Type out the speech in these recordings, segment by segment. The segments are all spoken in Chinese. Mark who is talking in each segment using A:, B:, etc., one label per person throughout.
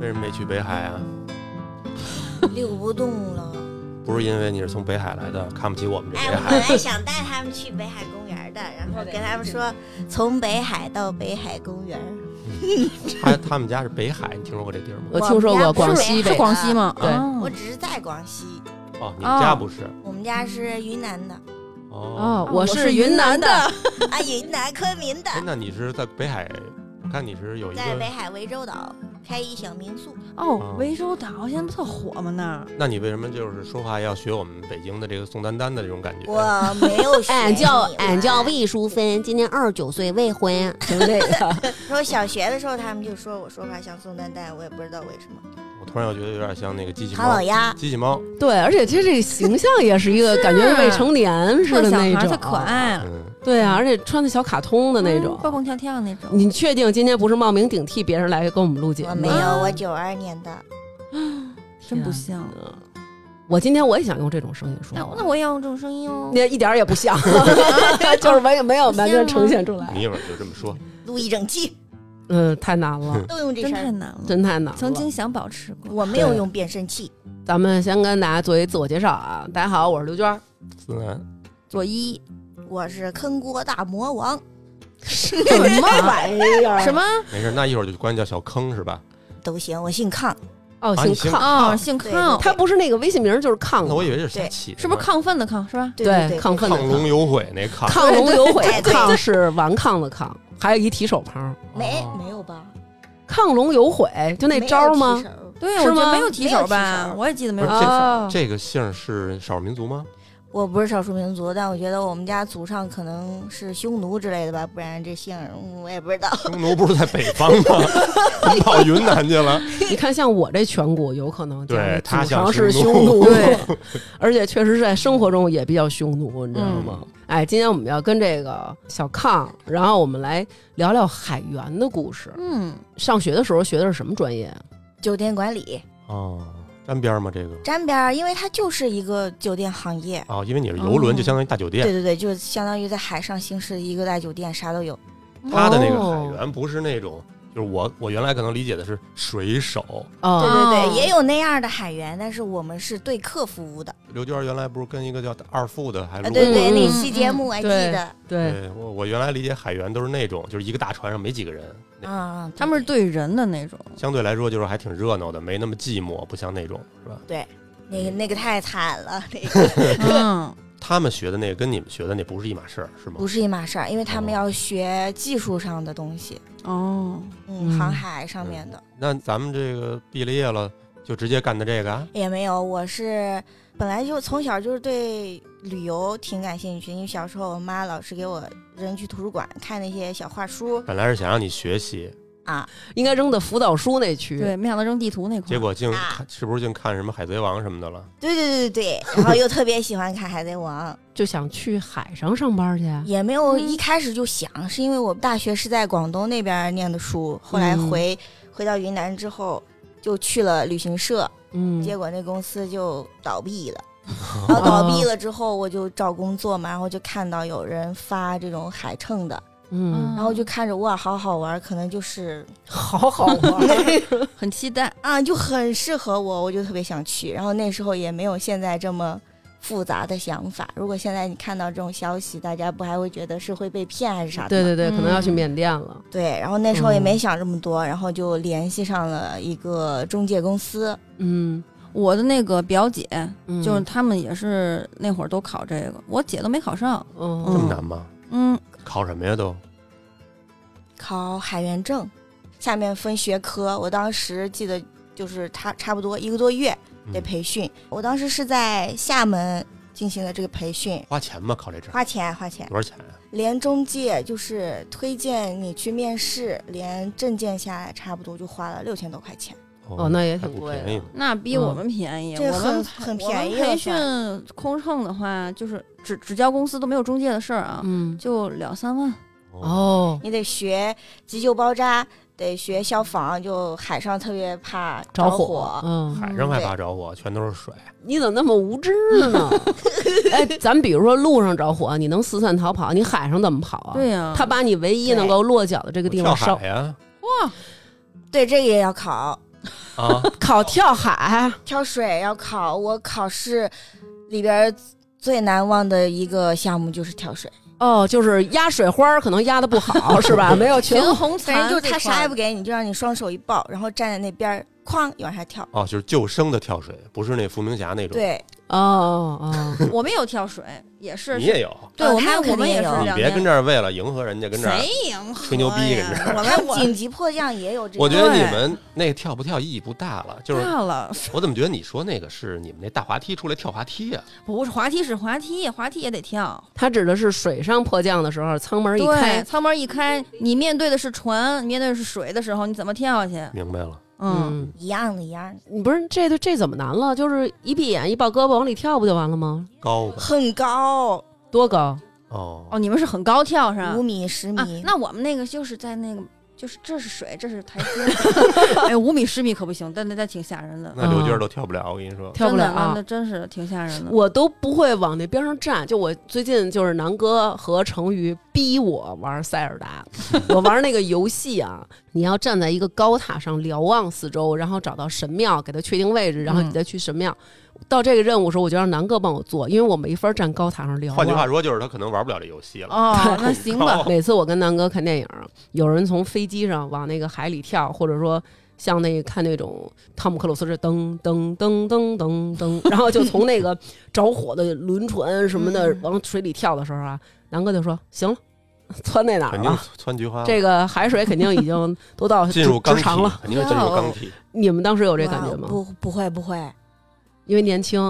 A: 为什么没去北海啊？
B: 溜不动了。
C: 嗯
A: 不是因为你是从北海来的，看不起我们这
B: 哎，
A: 北
B: 我
A: 海。
B: 本来想带他们去北海公园的，然后跟他们说从北海到北海公园。
A: 他他们家是北海，你听说过这地儿吗？
D: 我听说过广西
B: 是
D: 北
E: 是广西吗？
D: 对
C: 嗯
E: 哦
B: 我只是在广西，
A: 哦，你们家不是？
B: 我们家是云南的
A: 哦，
D: 哦，
E: 我
D: 我
E: 是
D: 是
E: 云
D: 云南的，
B: 啊，云南昆明的
A: 哎，，那你是在北海？我看你是有一
B: 在北
A: 个，
B: 海涠洲岛开一小民宿。
E: 哦，涠洲岛现在不特火吗？那儿
A: 那你为什么就是说话要学我们北京的这个宋丹丹的这种感觉？
B: 我没有学
C: 俺叫
B: 你们
C: 俺叫魏淑芬，今年二十九岁，未婚。
D: 就这个。
B: 说小学的时候，他们就说我说话像宋丹丹，我也不知道为什么。
A: 我突然又觉得有点像那个机器
B: 唐老
A: 猫。
B: 鸭，
A: 机器猫，
D: 对，而且他这个形象也是一个感觉未成年似
E: 啊特
D: 的
E: 小
D: 那种，
E: 孩儿
D: 啊
E: 特可。爱了，
A: 嗯，
D: 对啊，而且穿的小卡通的那种
E: 嗯。蹦蹦跳跳那种。
D: 你确定今天不是冒名顶替别人来跟我们录节
B: 我
D: 目？
B: 没
C: 嗯
B: 有，我九二年的，
E: 啊真不像。
D: 嗯。我今天我也想用这种声音说
E: 那
D: 话，
E: 那我也要用这种声音哦。啊
D: 那一点儿也不 像，就是没有没有完全呈现出来
A: 你。一会儿就这么说。
B: 录一整季
D: 嗯，太难了，
B: 都用这
E: 真
B: 声
E: 太
B: 儿，
E: 难了。
D: 真太难了。
E: 曾经想保持过，
B: 我没有
D: 对
B: 用变声器。
D: 咱们先跟大家做一自我介绍啊，大家好，我是刘娟儿。
A: 思南，
E: 左一
B: 我是坑锅大魔王，
D: 什么玩意儿啊
E: 什？么
A: 没事，那一会儿就管你叫小坑是吧？
B: 都行，我姓康，
D: 哦，
A: 啊你
D: 姓
A: 姓
D: 亢，
E: 哦，姓
B: 对
E: 亢，
D: 他不是那个微信名儿就是亢
A: 那，我以为是瞎起的呢，
E: 是不是亢奋的亢是吧？
B: 对对对，
D: 亢奋的
A: 亢龙有悔那亢？
D: 亢龙有悔
B: 对，对对
D: 亢是顽抗的抗，还有一提手旁，
B: 没
A: 哦
B: 没有吧？
D: 亢龙有悔就那招儿吗
B: 没？有提手？
E: 对，
D: 是
E: 我觉
D: 吗
E: 得没有提手
B: 没有提
E: 吧，
B: 手
E: 我也记得没
A: 不
E: 有
A: 是
E: 提
A: 这
E: 手。
D: 哦
A: 这个姓是少数民族吗？
B: 我不是少数民族，但我觉得我们家祖上可能是匈奴之类的吧，不然这姓儿嗯我也不知道。
A: 匈奴不是在北方吗？ 怎么跑云南去了？
D: 你看，像我这颧骨有可能
A: 对
D: 讲
A: 他
D: 祖
A: 像
D: 上是
A: 匈
D: 匈
A: 奴
D: 奴，
E: 对，
D: 而且确实是在生活中也比较匈奴，你知道吗？哎，今天我们要跟这个小康，然后我们来聊聊海员的故事。
E: 嗯，
D: 上学的时候学的是什么专业？
B: 酒店管理
A: 哦，沾边儿吗？这个
B: 沾边儿，因为它就是一个酒店行业。
A: 哦，因为你是游轮，
E: 哦
A: 就相当于大酒
B: 对
A: 店。
B: 对对，就相当于在海上行驶的一个大酒店，啥都有。
A: 它的那个海
D: 哦
A: 员不是那种，就是我我原来可能理解的是水手。
B: 对
D: 哦，
B: 对对，
E: 哦
B: 也有那样的海员，但是我们是对客服务的。
A: 刘娟儿原来不是跟一个叫二副的还
B: 啊，
A: 录
B: 对对，
D: 嗯
B: 那
D: 嗯
B: 期节目我还记
D: 对
B: 得。啊
D: 对，
A: 对，我我原来理解海员都是那种，就是一个大船上没几个人，那
B: 啊，
E: 他们是对人的那种，
A: 相对来说就是还挺热闹的，没那么寂寞，不像那种是吧？
B: 那个那个太惨了，那个。
E: 嗯，
A: 他们学的那个跟你们学的那不是一码事儿，是吗？
B: 不是一码事儿，因为他们
A: 哦
B: 要学技术上的东西，
E: 哦，
B: 嗯，
D: 嗯
B: 航海上面的、
A: 嗯那咱们这个毕了业了，就直接干的这个啊？
B: 也没有。我是本来就从小就是对旅游挺感兴趣，因为小时候我妈老是给我扔去图书馆看那些小画书
A: 本来是想让你学习，
B: 啊，
D: 应该扔到辅导书那区。
E: 对，没想到扔地图那块儿，
A: 结果竟
B: 啊
A: 看是不是净看什么《海贼王》什么的了？
B: 对对对对对，然后又特别喜欢看《海贼王》，
D: 就想去海上上班去。啊
B: 也没有
E: 嗯
B: 一开始就想，是因为我大学是在广东那边念的书，后来
D: 嗯
B: 回、回到云南之后就去了旅行社，
D: 嗯，
B: 结果那公司就倒闭 了。然
D: 哦
B: 后倒闭了之后，我就找工作嘛，然后就看到有人发这种海乘的，
D: 嗯，
B: 然后就看着哇，好好玩，可能就是
D: 好好玩。
E: 很期待，
B: 啊，就很适合我，我就特别想去。然后那时候也没有现在这么复杂的想法。如果现在你看到这种消息，大家不还会觉得是会被骗还是啥的？
D: 对对对，
E: 嗯
D: 可能要去缅甸了。
B: 对，然后那时候也
D: 嗯
B: 没想这么多，然后就联系上了一个中介公司。
D: 嗯，
E: 我的那个表姐，
D: 嗯
E: 就是他们也是那会儿都考这个，我姐都没考上，
D: 嗯
A: 这么难吗？
E: 嗯，
A: 考什么呀都？
B: 考海员证，下面分学科。我当时记得就是差差不多一个多月得
A: 嗯
B: 培训，我当时是在厦门进行的这个培训，
A: 花钱吗？考这证
B: 花钱花钱，
A: 多少钱啊呀？
B: 连中介就是推荐你去面试，连证件下来差不多就花了六千多块钱。
D: 哦，那也
A: 还
D: 挺
A: 挺
D: 贵的
A: 便宜的。
E: 那比
A: 嗯
E: 我们便宜，
B: 这
E: 哎我
B: 很
E: 们
B: 很
E: 我们
B: 便宜了
E: 培训空乘的话，就是只只交公司都没有中介的事儿啊，
D: 嗯，
E: 就两三万，
D: 哦，
B: 你得学急救包扎，得学消防，就海上特别怕
D: 着
B: 火。
D: 嗯，
A: 海上还怕着火，全都是水。
D: 你怎么那么无知 呢？哎，咱比如说路上着火，你能四散逃跑，你海上怎么跑啊？
E: 对呀，
D: 他把你唯一能够落脚的这个地方
A: 跳
D: 烧
A: 海呀！
E: 哇，
B: 对，这个也要考。
A: 啊，
D: 考跳海，
B: 跳水要考，我考试里边儿最难忘的一个项目就是跳水，
D: 哦，就是压水花儿可能压的不 好是吧？没有全
E: 群红
B: 反正
E: 蚕
B: 就
E: 这块儿，
B: 是他啥也不给你，就让你双手一抱，然后站在那边儿，哐一往下跳。
A: 哦，就是救生的跳水，不是那伏明霞那种。，
E: 哎
B: 对，
D: 哦哦，
E: 我们有跳水，也是
A: 你也有，
E: 对，
B: 哦
E: 我
B: 他
E: 们我
B: 肯定
E: 们
B: 也
E: 也是
B: 有
A: 你
E: 两
A: 别跟
E: 年。
A: 这儿为了迎合人家跟这儿
E: 谁。赢？
A: 吹牛逼跟这
E: 儿，我
B: 看
E: 们我
B: 紧急迫降也有这
A: 我
B: 种
A: 觉。得你
E: 对
A: 们那个跳不跳意义不大了，就是
D: 啊
E: 大了，
A: 我怎么觉得你说那个是你们那大滑梯出来跳滑梯啊呀、
E: 不是滑梯是滑梯，滑梯也得跳。
D: 他指的是水上迫降的时候，舱门一
E: 对，
D: 开，
E: 舱门一开，你面对的是船，你面对的是水的时候，你怎么跳下去？
A: 明白了，
E: 嗯，
B: 一样的，一样的，
D: 嗯，不是这这怎么难了？就是一闭眼一抱胳膊往里跳不就完了吗？
A: 高吧？
B: 很高，
D: 多高？
A: 哦，
E: 哦，你们是很高跳是吧
B: 五？米、十
E: 啊
B: 米，，
E: 那我们那个就是在那个，就是这是水，这是台阶。 哎，五米、十米可不行，但那那挺吓人的，
A: 那刘
D: 哦
A: 娟儿都跳不了，我跟你说。
D: 跳不了啊
E: 真的那那真是挺吓人 的。
D: 我都不会往那边上站。就我最近就是南哥和成宇逼我玩塞尔达， 我玩那个游戏啊，你要站在一个高塔上瞭望四周，然后找到神庙，给他确定位置，然后你再去神庙。到这个任务的时候，我就让南哥帮我做，因为我没法站高塔上瞭
A: 啊换句话
D: 望。
A: 说，就是他可能玩不了这游戏了。
E: 哦，
A: 很
E: 那行吧
A: 高，
D: 每次我跟南哥看电影，有人从飞机上往那个海里跳，或者说像那看那种汤姆克鲁斯这噔噔噔噔噔噔， 然后就从那个着火的轮船什么的
E: 嗯
D: 往水里跳的时候啊，南哥就说：“行了，窜那哪儿
A: 肯定
D: 了？
A: 窜菊花了，
D: 啊这个海水肯定已经都 到
A: 进入
D: 直
A: 钢
D: 直
A: 体
D: 肠了。，
A: 肯定是进入钢体，”
D: 你们当时有这感觉
B: 哇
D: 吗？
B: 不，不会，不会
D: 因为年轻，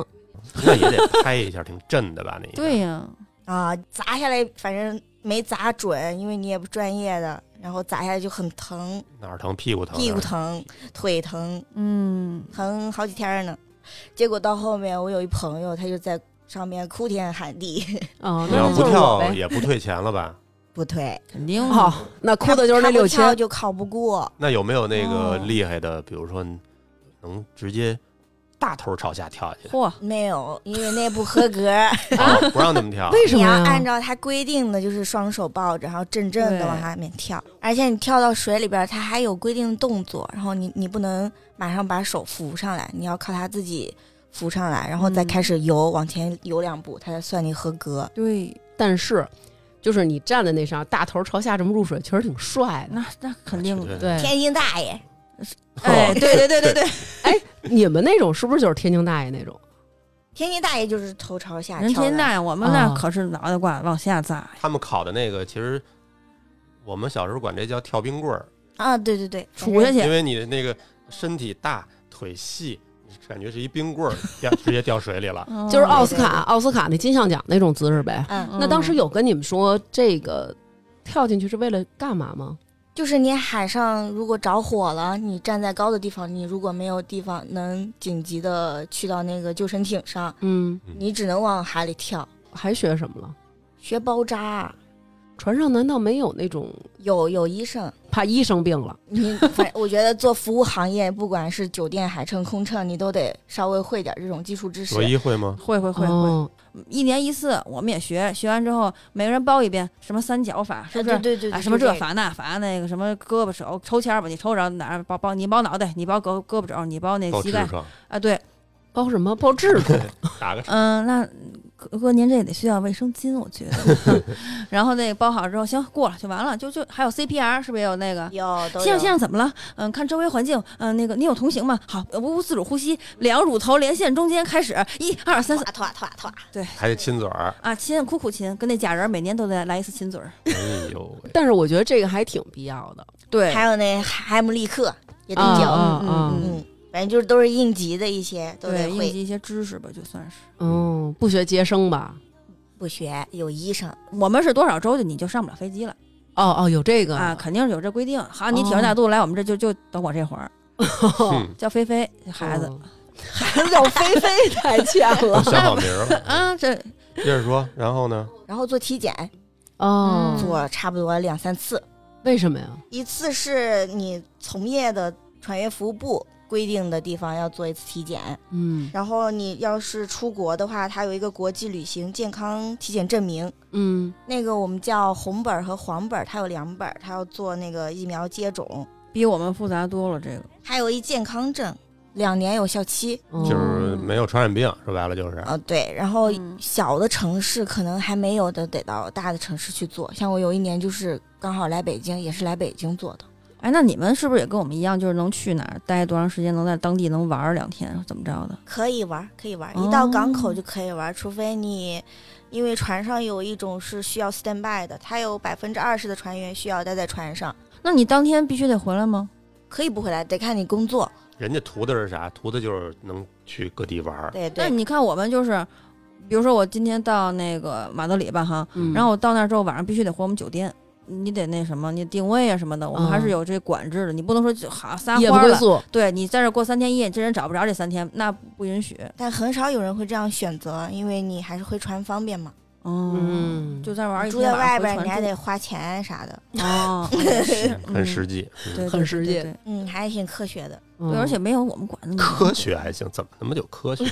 A: 那也得拍一下，挺震的吧？那一下
E: 对，呀，
B: 啊，砸下来反正没砸准，因为你也不专业的，然后砸下来就很疼，
A: 哪儿疼？屁股疼，啊
B: 屁股。疼，腿疼，
E: 嗯，
B: 疼好几天呢。结果到后面，我有一朋友，他就在上面哭天喊地，
D: 哦，
A: 你
D: 那
A: 要
D: 就是
A: 不
D: 我
A: 跳
D: 呗。
A: 也不退钱了吧？
B: 不退，
E: 肯定
D: 哦，那哭的就是那
B: 他不
D: 六
B: 跳
D: 千，
B: 就考不过。
A: 那有没有那个
E: 哦
A: 厉害的，比如说能直接大头朝下跳下去的？
E: 嚯，
B: 没有，因为那不合格。
A: 啊，不让你们跳。
D: 为什
B: 你
D: 么
B: 要
D: 呀？
B: 按照他规定的，就是双手抱着，然后正正的
E: 对
B: 往下面跳。而且你跳到水里边，他还有规定的动作，然后你你不能马上把手扶上来，你要靠他自己扶上来，然后再
E: 嗯
B: 开始游，往前游两步，他才算你合格。
E: 对，
D: 但是就是你站在那上，大头朝下这么入水，确实挺帅的。
E: 那那肯定
A: 对
E: 的。
D: 对，
B: 天津大爷，
A: 哦
E: 哎，对对对对对，
D: 你们那种是不是就是天津大爷那种？
B: 天津大爷就是头朝下
E: 人
B: 跳的
E: 天大爷，我们那
D: 哦
E: 可是脑袋瓜往下砸呀。
A: 他们考的那个，其实我们小时候管这叫跳冰棍儿，
B: 啊，对对对，
E: 杵下去
A: 因为你的那个身体大，腿细，你感觉是一冰棍儿，掉直接掉水里了。
D: 就是
B: 哦
D: 奥斯卡奥斯卡那金像奖那种姿势呗。
B: 嗯，
D: 那当时有跟你们说这个跳进去是为了干嘛吗？
B: 就是你海上如果着火了，你站在高的地方，你如果没有地方能紧急的去到那个救生艇上，
D: 嗯，
B: 你只能往海里跳。
D: 还学什么了？
B: 学包扎，
D: 船上难道没有那种
B: 有有医生，
D: 怕一生病了？
B: 你反我觉得做服务行业，不管是酒店、海乘、空乘，你都得稍微会点这种基础知识
A: 卓。一会吗？
E: 会会会会，
D: 哦，
E: 一年一次我们也学，学完之后每个人包一遍，什么三角法
B: 对
E: 是不是
B: 对？对对，
E: 啊，什么这
B: 法？
E: 罚那罚那个，什么胳膊手抽签儿吧，你抽着哪儿包包，你包脑袋，你包胳胳膊肘，你包那
A: 高
E: 膝
A: 智
E: 盖
A: 商，
E: 啊，对，
D: 包什么包痔 疮？
A: 打个
E: 嗯，那哥哥您这也得需要卫生巾，我觉得。 然后那个包好之后，行过了就完了，就就还有 CPR 是不是也有那个？
B: 有都
E: 先生，先
B: 有。
E: 生怎么了？嗯，看周围环境。嗯，那个您有同行吗？好，无自主呼吸，两乳头连线中间开始，一二三四
B: 啊，突啊突啊突啊！
A: 还得亲嘴儿，
E: 啊，亲苦苦亲，跟那假人每年都得来一次亲嘴儿。
A: 哎呦喂！
D: 但是我觉得这个还挺必要的。
E: 对
B: 还有那海姆立克也得
D: 啊
B: 教，
D: 啊
E: 嗯
D: 啊！
E: 嗯
B: 嗯，反正就是都是应急的一些，都
E: 对，
B: 得
E: 应
B: 会。
E: 急一些知识吧，就算是。
D: 嗯，不学接生吧？
B: 不学有医生，
E: 我们是多少周就你就上不了飞机了
D: 哦哦，有这个
E: 啊？肯定是有这规定。好，你
D: 哦
E: 挺着大肚子来我们这就就等我这会儿，
B: 哦
A: 哼，
E: 叫菲菲孩子
D: 哦孩子叫菲菲太欠
A: 都
D: 了。
B: 哦
A: 想好名儿了。
E: 啊，这
A: 接着说，然后呢？
B: 然后做体检，
D: 哦，
E: 嗯
B: 做差不多两三次，
D: 为什么呀？
B: 一次是你从业的船员服务部规定的地方要做一次体检，
D: 嗯
B: 然后你要是出国的话，它有一个国际旅行健康体检证明，
D: 嗯
B: 那个我们叫红本儿和黄本儿，它有两本儿，它要做那个疫苗接种。
E: 比我们复杂多了。这个
B: 还有一健康证，两年有效期。
D: 嗯
A: 就是没有传染病，说白了就是。
B: 呃，对，然
D: 哦
B: 后
E: 嗯
B: 小的城市可能还没有的，得到大的城市去做。像我有一年就是刚好来北京，也是来北京做的。
E: 哎，那你们是不是也跟我们一样，就是能去哪儿待多长时间，能在当地能玩儿两天，怎么着的？
B: 可以玩，可以玩，
E: 哦
B: 一到港口就可以玩，除非你，因为船上有一种是需要 stand by 的，它有百分之二十的船员需要待在船上，
E: 那你当天必须得回来吗？
B: 可以不回来，得看你工作。
E: 啊
A: 人家图的是啥？图的就是能去各地玩儿。
B: 对对
E: 但是，你看我们就是，比如说我今天到那个马德里吧，哈，
A: 嗯
D: 嗯
E: 然后我到那儿之后晚上必须得回我们酒店，你得那什么，你定位啊什么的，我们还是
D: 嗯
E: 有这管制的，你不能说就好撒
D: 夜
E: 欢
D: 不归
E: 儿了。
D: 宿，
E: 对你在这儿过三天一夜，这人找不着这三天，那不允许。
B: 但很少有人会这样选择，因为你还是回船方便嘛。
E: 嗯，
D: 嗯
E: 就在玩儿一
B: 住
E: 天
B: 在
E: 晚
B: 外
E: 上回
B: 边儿
E: 船
B: 你还
E: 住
B: 得花钱啥的，
E: 哦，是
A: 很实，际，
E: 嗯
A: 嗯
E: 对，对
D: 很
E: 对
D: 实
E: 对
D: 际
E: 对
B: 嗯，还挺科学的。
D: 嗯
E: 对，而且没有我们管的那么
A: 科
E: 严
A: 学还行，怎么他妈就科学？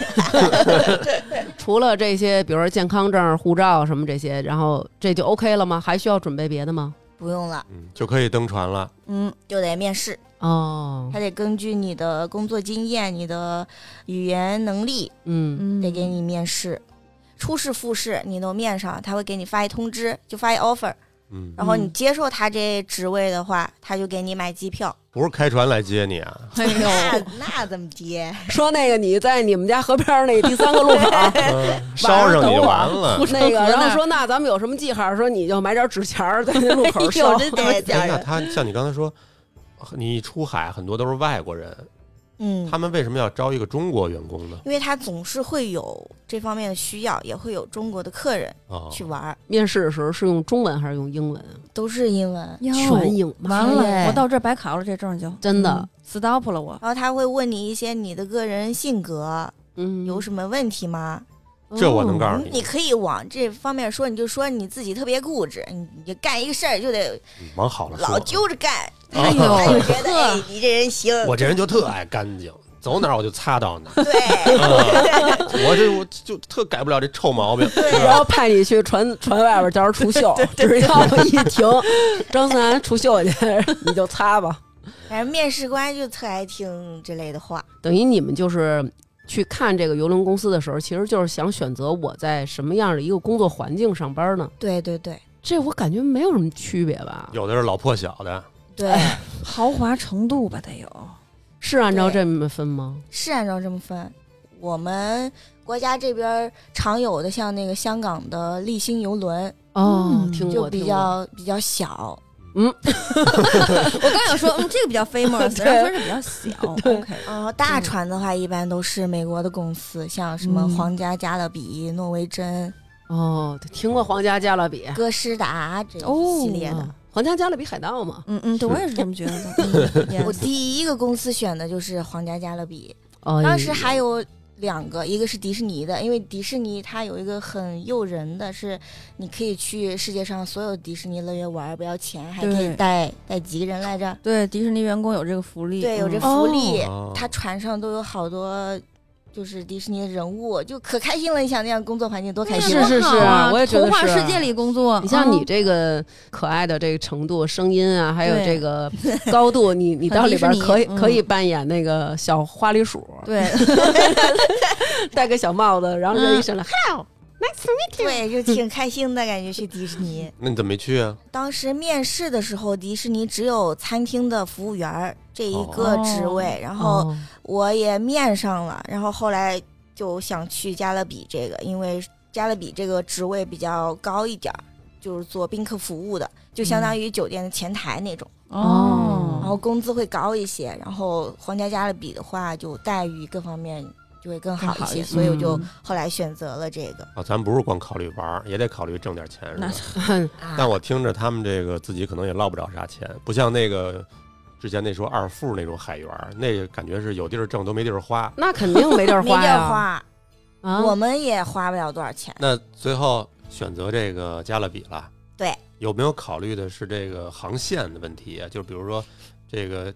D: 除了这些，比如说健康证、护照什么这些，然后这就 OK 了吗？还需要准备别的吗？
B: 不用了，
A: 嗯，就可以登船了。
E: 嗯，
B: 就得面试，
D: 哦
B: 还，得根据你的工作经验、你的语言能力，
D: 嗯，
E: 嗯
B: 得给你面试。初试、复试你都面上，他会给你发一通知，就发一 offer，
A: 嗯，
B: 然后你
D: 嗯
B: 接受他这职位的话，他就给你买机票。
A: 不是开船来接你啊，
E: 哎呦，
B: 那那怎么接？
D: 说那个你在你们家河边儿那 第三个路口儿
A: 嗯烧上你完了。
D: 那个，
E: 河
D: 然后
E: 那
D: 说那咱们有什么记号？说你就买点纸钱儿在那路口烧
B: 有。这得
A: 哎
B: 讲
A: 那
B: 人。
A: 他像你刚才说，你一出海很多都是外国人，
B: 嗯
A: 他，们为什么要招一个中国员工呢？
B: 因为他总是会有这方面的需要，也会有中国的客人
A: 啊，
B: 去玩儿，
D: 面试的时候是用中文还是用英文？啊
B: 都是英文。
E: 哟
D: 全英，
E: 嗯完
D: 妈
E: 了，
D: 耶
E: 我到这儿白考了这证儿就
D: 真的
E: 嗯 stop 了 我。
B: 然后他会问你一些你的个人性格
D: 嗯
B: 有什么问题吗？
A: 哦这我能告
D: 诉
A: 诉
B: 你
A: 你，
B: 可以往这方面说，你就说你自己特别固执，你你干一个事儿就得
A: 嗯往好了
B: 老
A: 说。
B: 揪着干，
A: 哎呦
E: 哦
B: 他就觉得哎，你这人行，
A: 我这人就特爱干净，走哪儿我就擦到 哪儿。
B: 对
A: 嗯我这我就特改不了这臭毛病。
D: 然后派你去船船外边叫人除锈， 只要一停，张思楠除锈去，你就擦吧。
B: 反正面试官就特爱听这类的话。
D: 等于你们就是去看这个邮轮公司的时候，其实就是想选择我在什么样的一个工作环境上班呢？
B: 对对对
D: 这我感觉没有什么区别吧？
A: 有的是老破小的，
B: 对，
E: 哎豪华程度吧得有，
D: 是按照这么分吗？
B: 是按照这么分。我们国家这边儿常有的，像那个香港的立新游轮，
D: 哦，
E: 嗯
D: 听
B: 就
D: 过，
B: 比
D: 听过
B: 较比较小，
E: 我刚想说，嗯，这个 比较 famous，然后说是比较小，OK，
B: 然后大船的话一般都是美国的公司，像什么
E: 嗯
B: 皇家加勒比、诺维珍、
D: 哦，听过皇家加勒比
B: 歌诗达这
E: 哎哦
B: 一系列的。
D: 啊皇家加勒比海盗嘛？
E: 嗯嗯，对我也是这么觉 得的。嗯
B: 我
E: yes
B: 第一个公司选的就是皇家加勒比，
D: 哦，
B: 当时还有两个，一个是迪士尼的，因为迪士尼它有一个很诱人的是，你可以去世界上所有迪士尼乐园玩，不要钱，还可以
E: 对
B: 带带几个人来着。
E: 对迪士尼员工有这个福利，
B: 对，有这
E: 嗯
B: 福利，
A: 哦
B: 它船上都有好多。就是迪士尼的人物，就可开心了！你想那样工作环境多开心
D: 是
B: 啊！
D: 是
E: 多好啊
D: 我也觉得
E: 童话
D: 是
E: 世界里工作，
D: 你像你
B: 哦
E: 嗯
D: 这个可爱的这个程度、声音啊，还有
E: 对
D: 这个高度， 你你到里边
E: 很迪士尼
D: 可以
E: 嗯
D: 可以扮演那个小花栗 鼠，
E: 对，
D: 戴个小帽子，然后
B: 嗯
D: 人一上来，hello，
B: 对，就挺开心的感觉。去迪士尼，
A: 那你怎么没去啊？
B: 当时面试的时候，迪士尼只有餐厅的服务员儿这一个职位，然后
D: 哦
B: 我也面上了，然后后来就想去加勒比这个，因为加勒比这个职位比较高一点儿，就是做宾客服务的，就相当于酒店的前台那种，
E: 哦
B: 然后工资会高一些，然后皇家加勒比的话，就待遇各方面就会更好
E: 更
B: 一
E: 好
B: 些，
E: 一些
B: 所以我就
D: 嗯
B: 后来选择了这个。
A: 啊，咱不是光考虑玩儿，也得考虑挣点钱，是吧
E: 那？
B: 啊
A: 但我听着他们这个自己可能也落不了啥钱，不像那个之前那说二副那种海员儿，那个感觉是有地儿挣都没地儿花。
D: 那肯定没地儿
B: 没地
D: 花
B: 儿
D: 呀，
B: 花，
D: 啊
B: 我们也花不了多少钱。
A: 那最后选择这个加勒比了，
B: 对，
A: 有没有考虑的是这个航线的问题啊？就比如说这个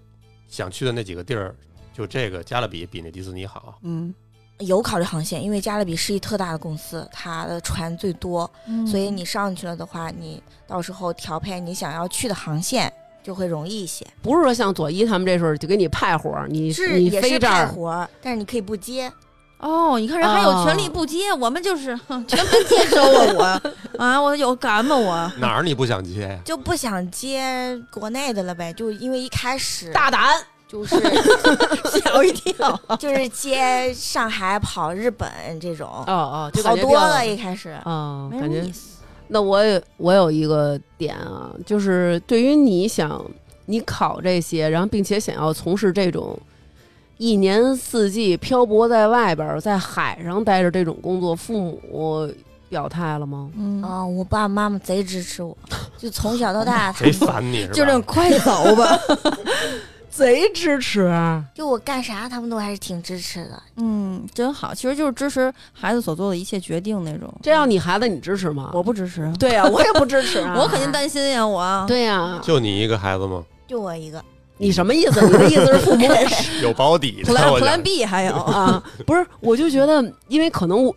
A: 想去的那几个地儿，就这个加勒比比那迪士尼 好，
E: 嗯，
B: 有考虑航线，因为加勒比是一特大的公司，它的船最
E: 嗯
D: 嗯
B: 多，所以你上去了的话，你到时候调配你想要去的航线，就会容易一些。
D: 不是说像左一他们这时候就给你派活儿，你
B: 是
D: 你
B: 也
D: 飞
B: 是
D: 这
B: 派
D: 儿，
B: 活儿，但是你可以不接。
E: 哦，你看人还有权利
D: 哦
E: 不接，我们就是 哼全盘接收啊！我 啊，我有敢吗我？
A: 哪儿你不想接呀？
B: 就不想接国内的了呗，就因为一开始
D: 大胆，
B: 就是
E: 吓我一跳！
B: 就是接上海跑日本这种，
D: 哦哦，就感
B: 好
D: 觉
B: 多嗯
D: 比较
B: 了。一开始，
D: 啊、
E: 没什
D: 感
E: 么
D: 觉
E: 意思。
D: 那我也我有一个点啊，就是对于你想你考这些，然后并且想要从事这种一年四季漂泊在外边儿、在海上待着这种工作，父母表态了吗？
E: 嗯，
B: 嗯、我爸爸妈妈贼支持我，就从小 到大，他
A: 谁
B: 们
A: 烦你是吧？
E: 就这种快走吧。
D: 贼支持，啊
B: 就我干啥，他们都还是挺支持的。
E: 嗯，真好，其实就是支持孩子所做的一切决定那种。嗯
D: 这要你孩子，你支持吗？
E: 我不支持，
D: 对呀、 我也不支持、啊
E: 我肯定担心呀，我。
D: 对呀、
A: 就你一个孩子吗？
B: 就我一个，
D: 你什么意思？你的意思是父母给
A: 有保底的，
E: ，Plan
A: 我讲
E: Plan B 还 有，
D: 啊，不是，我就觉得，因为可能我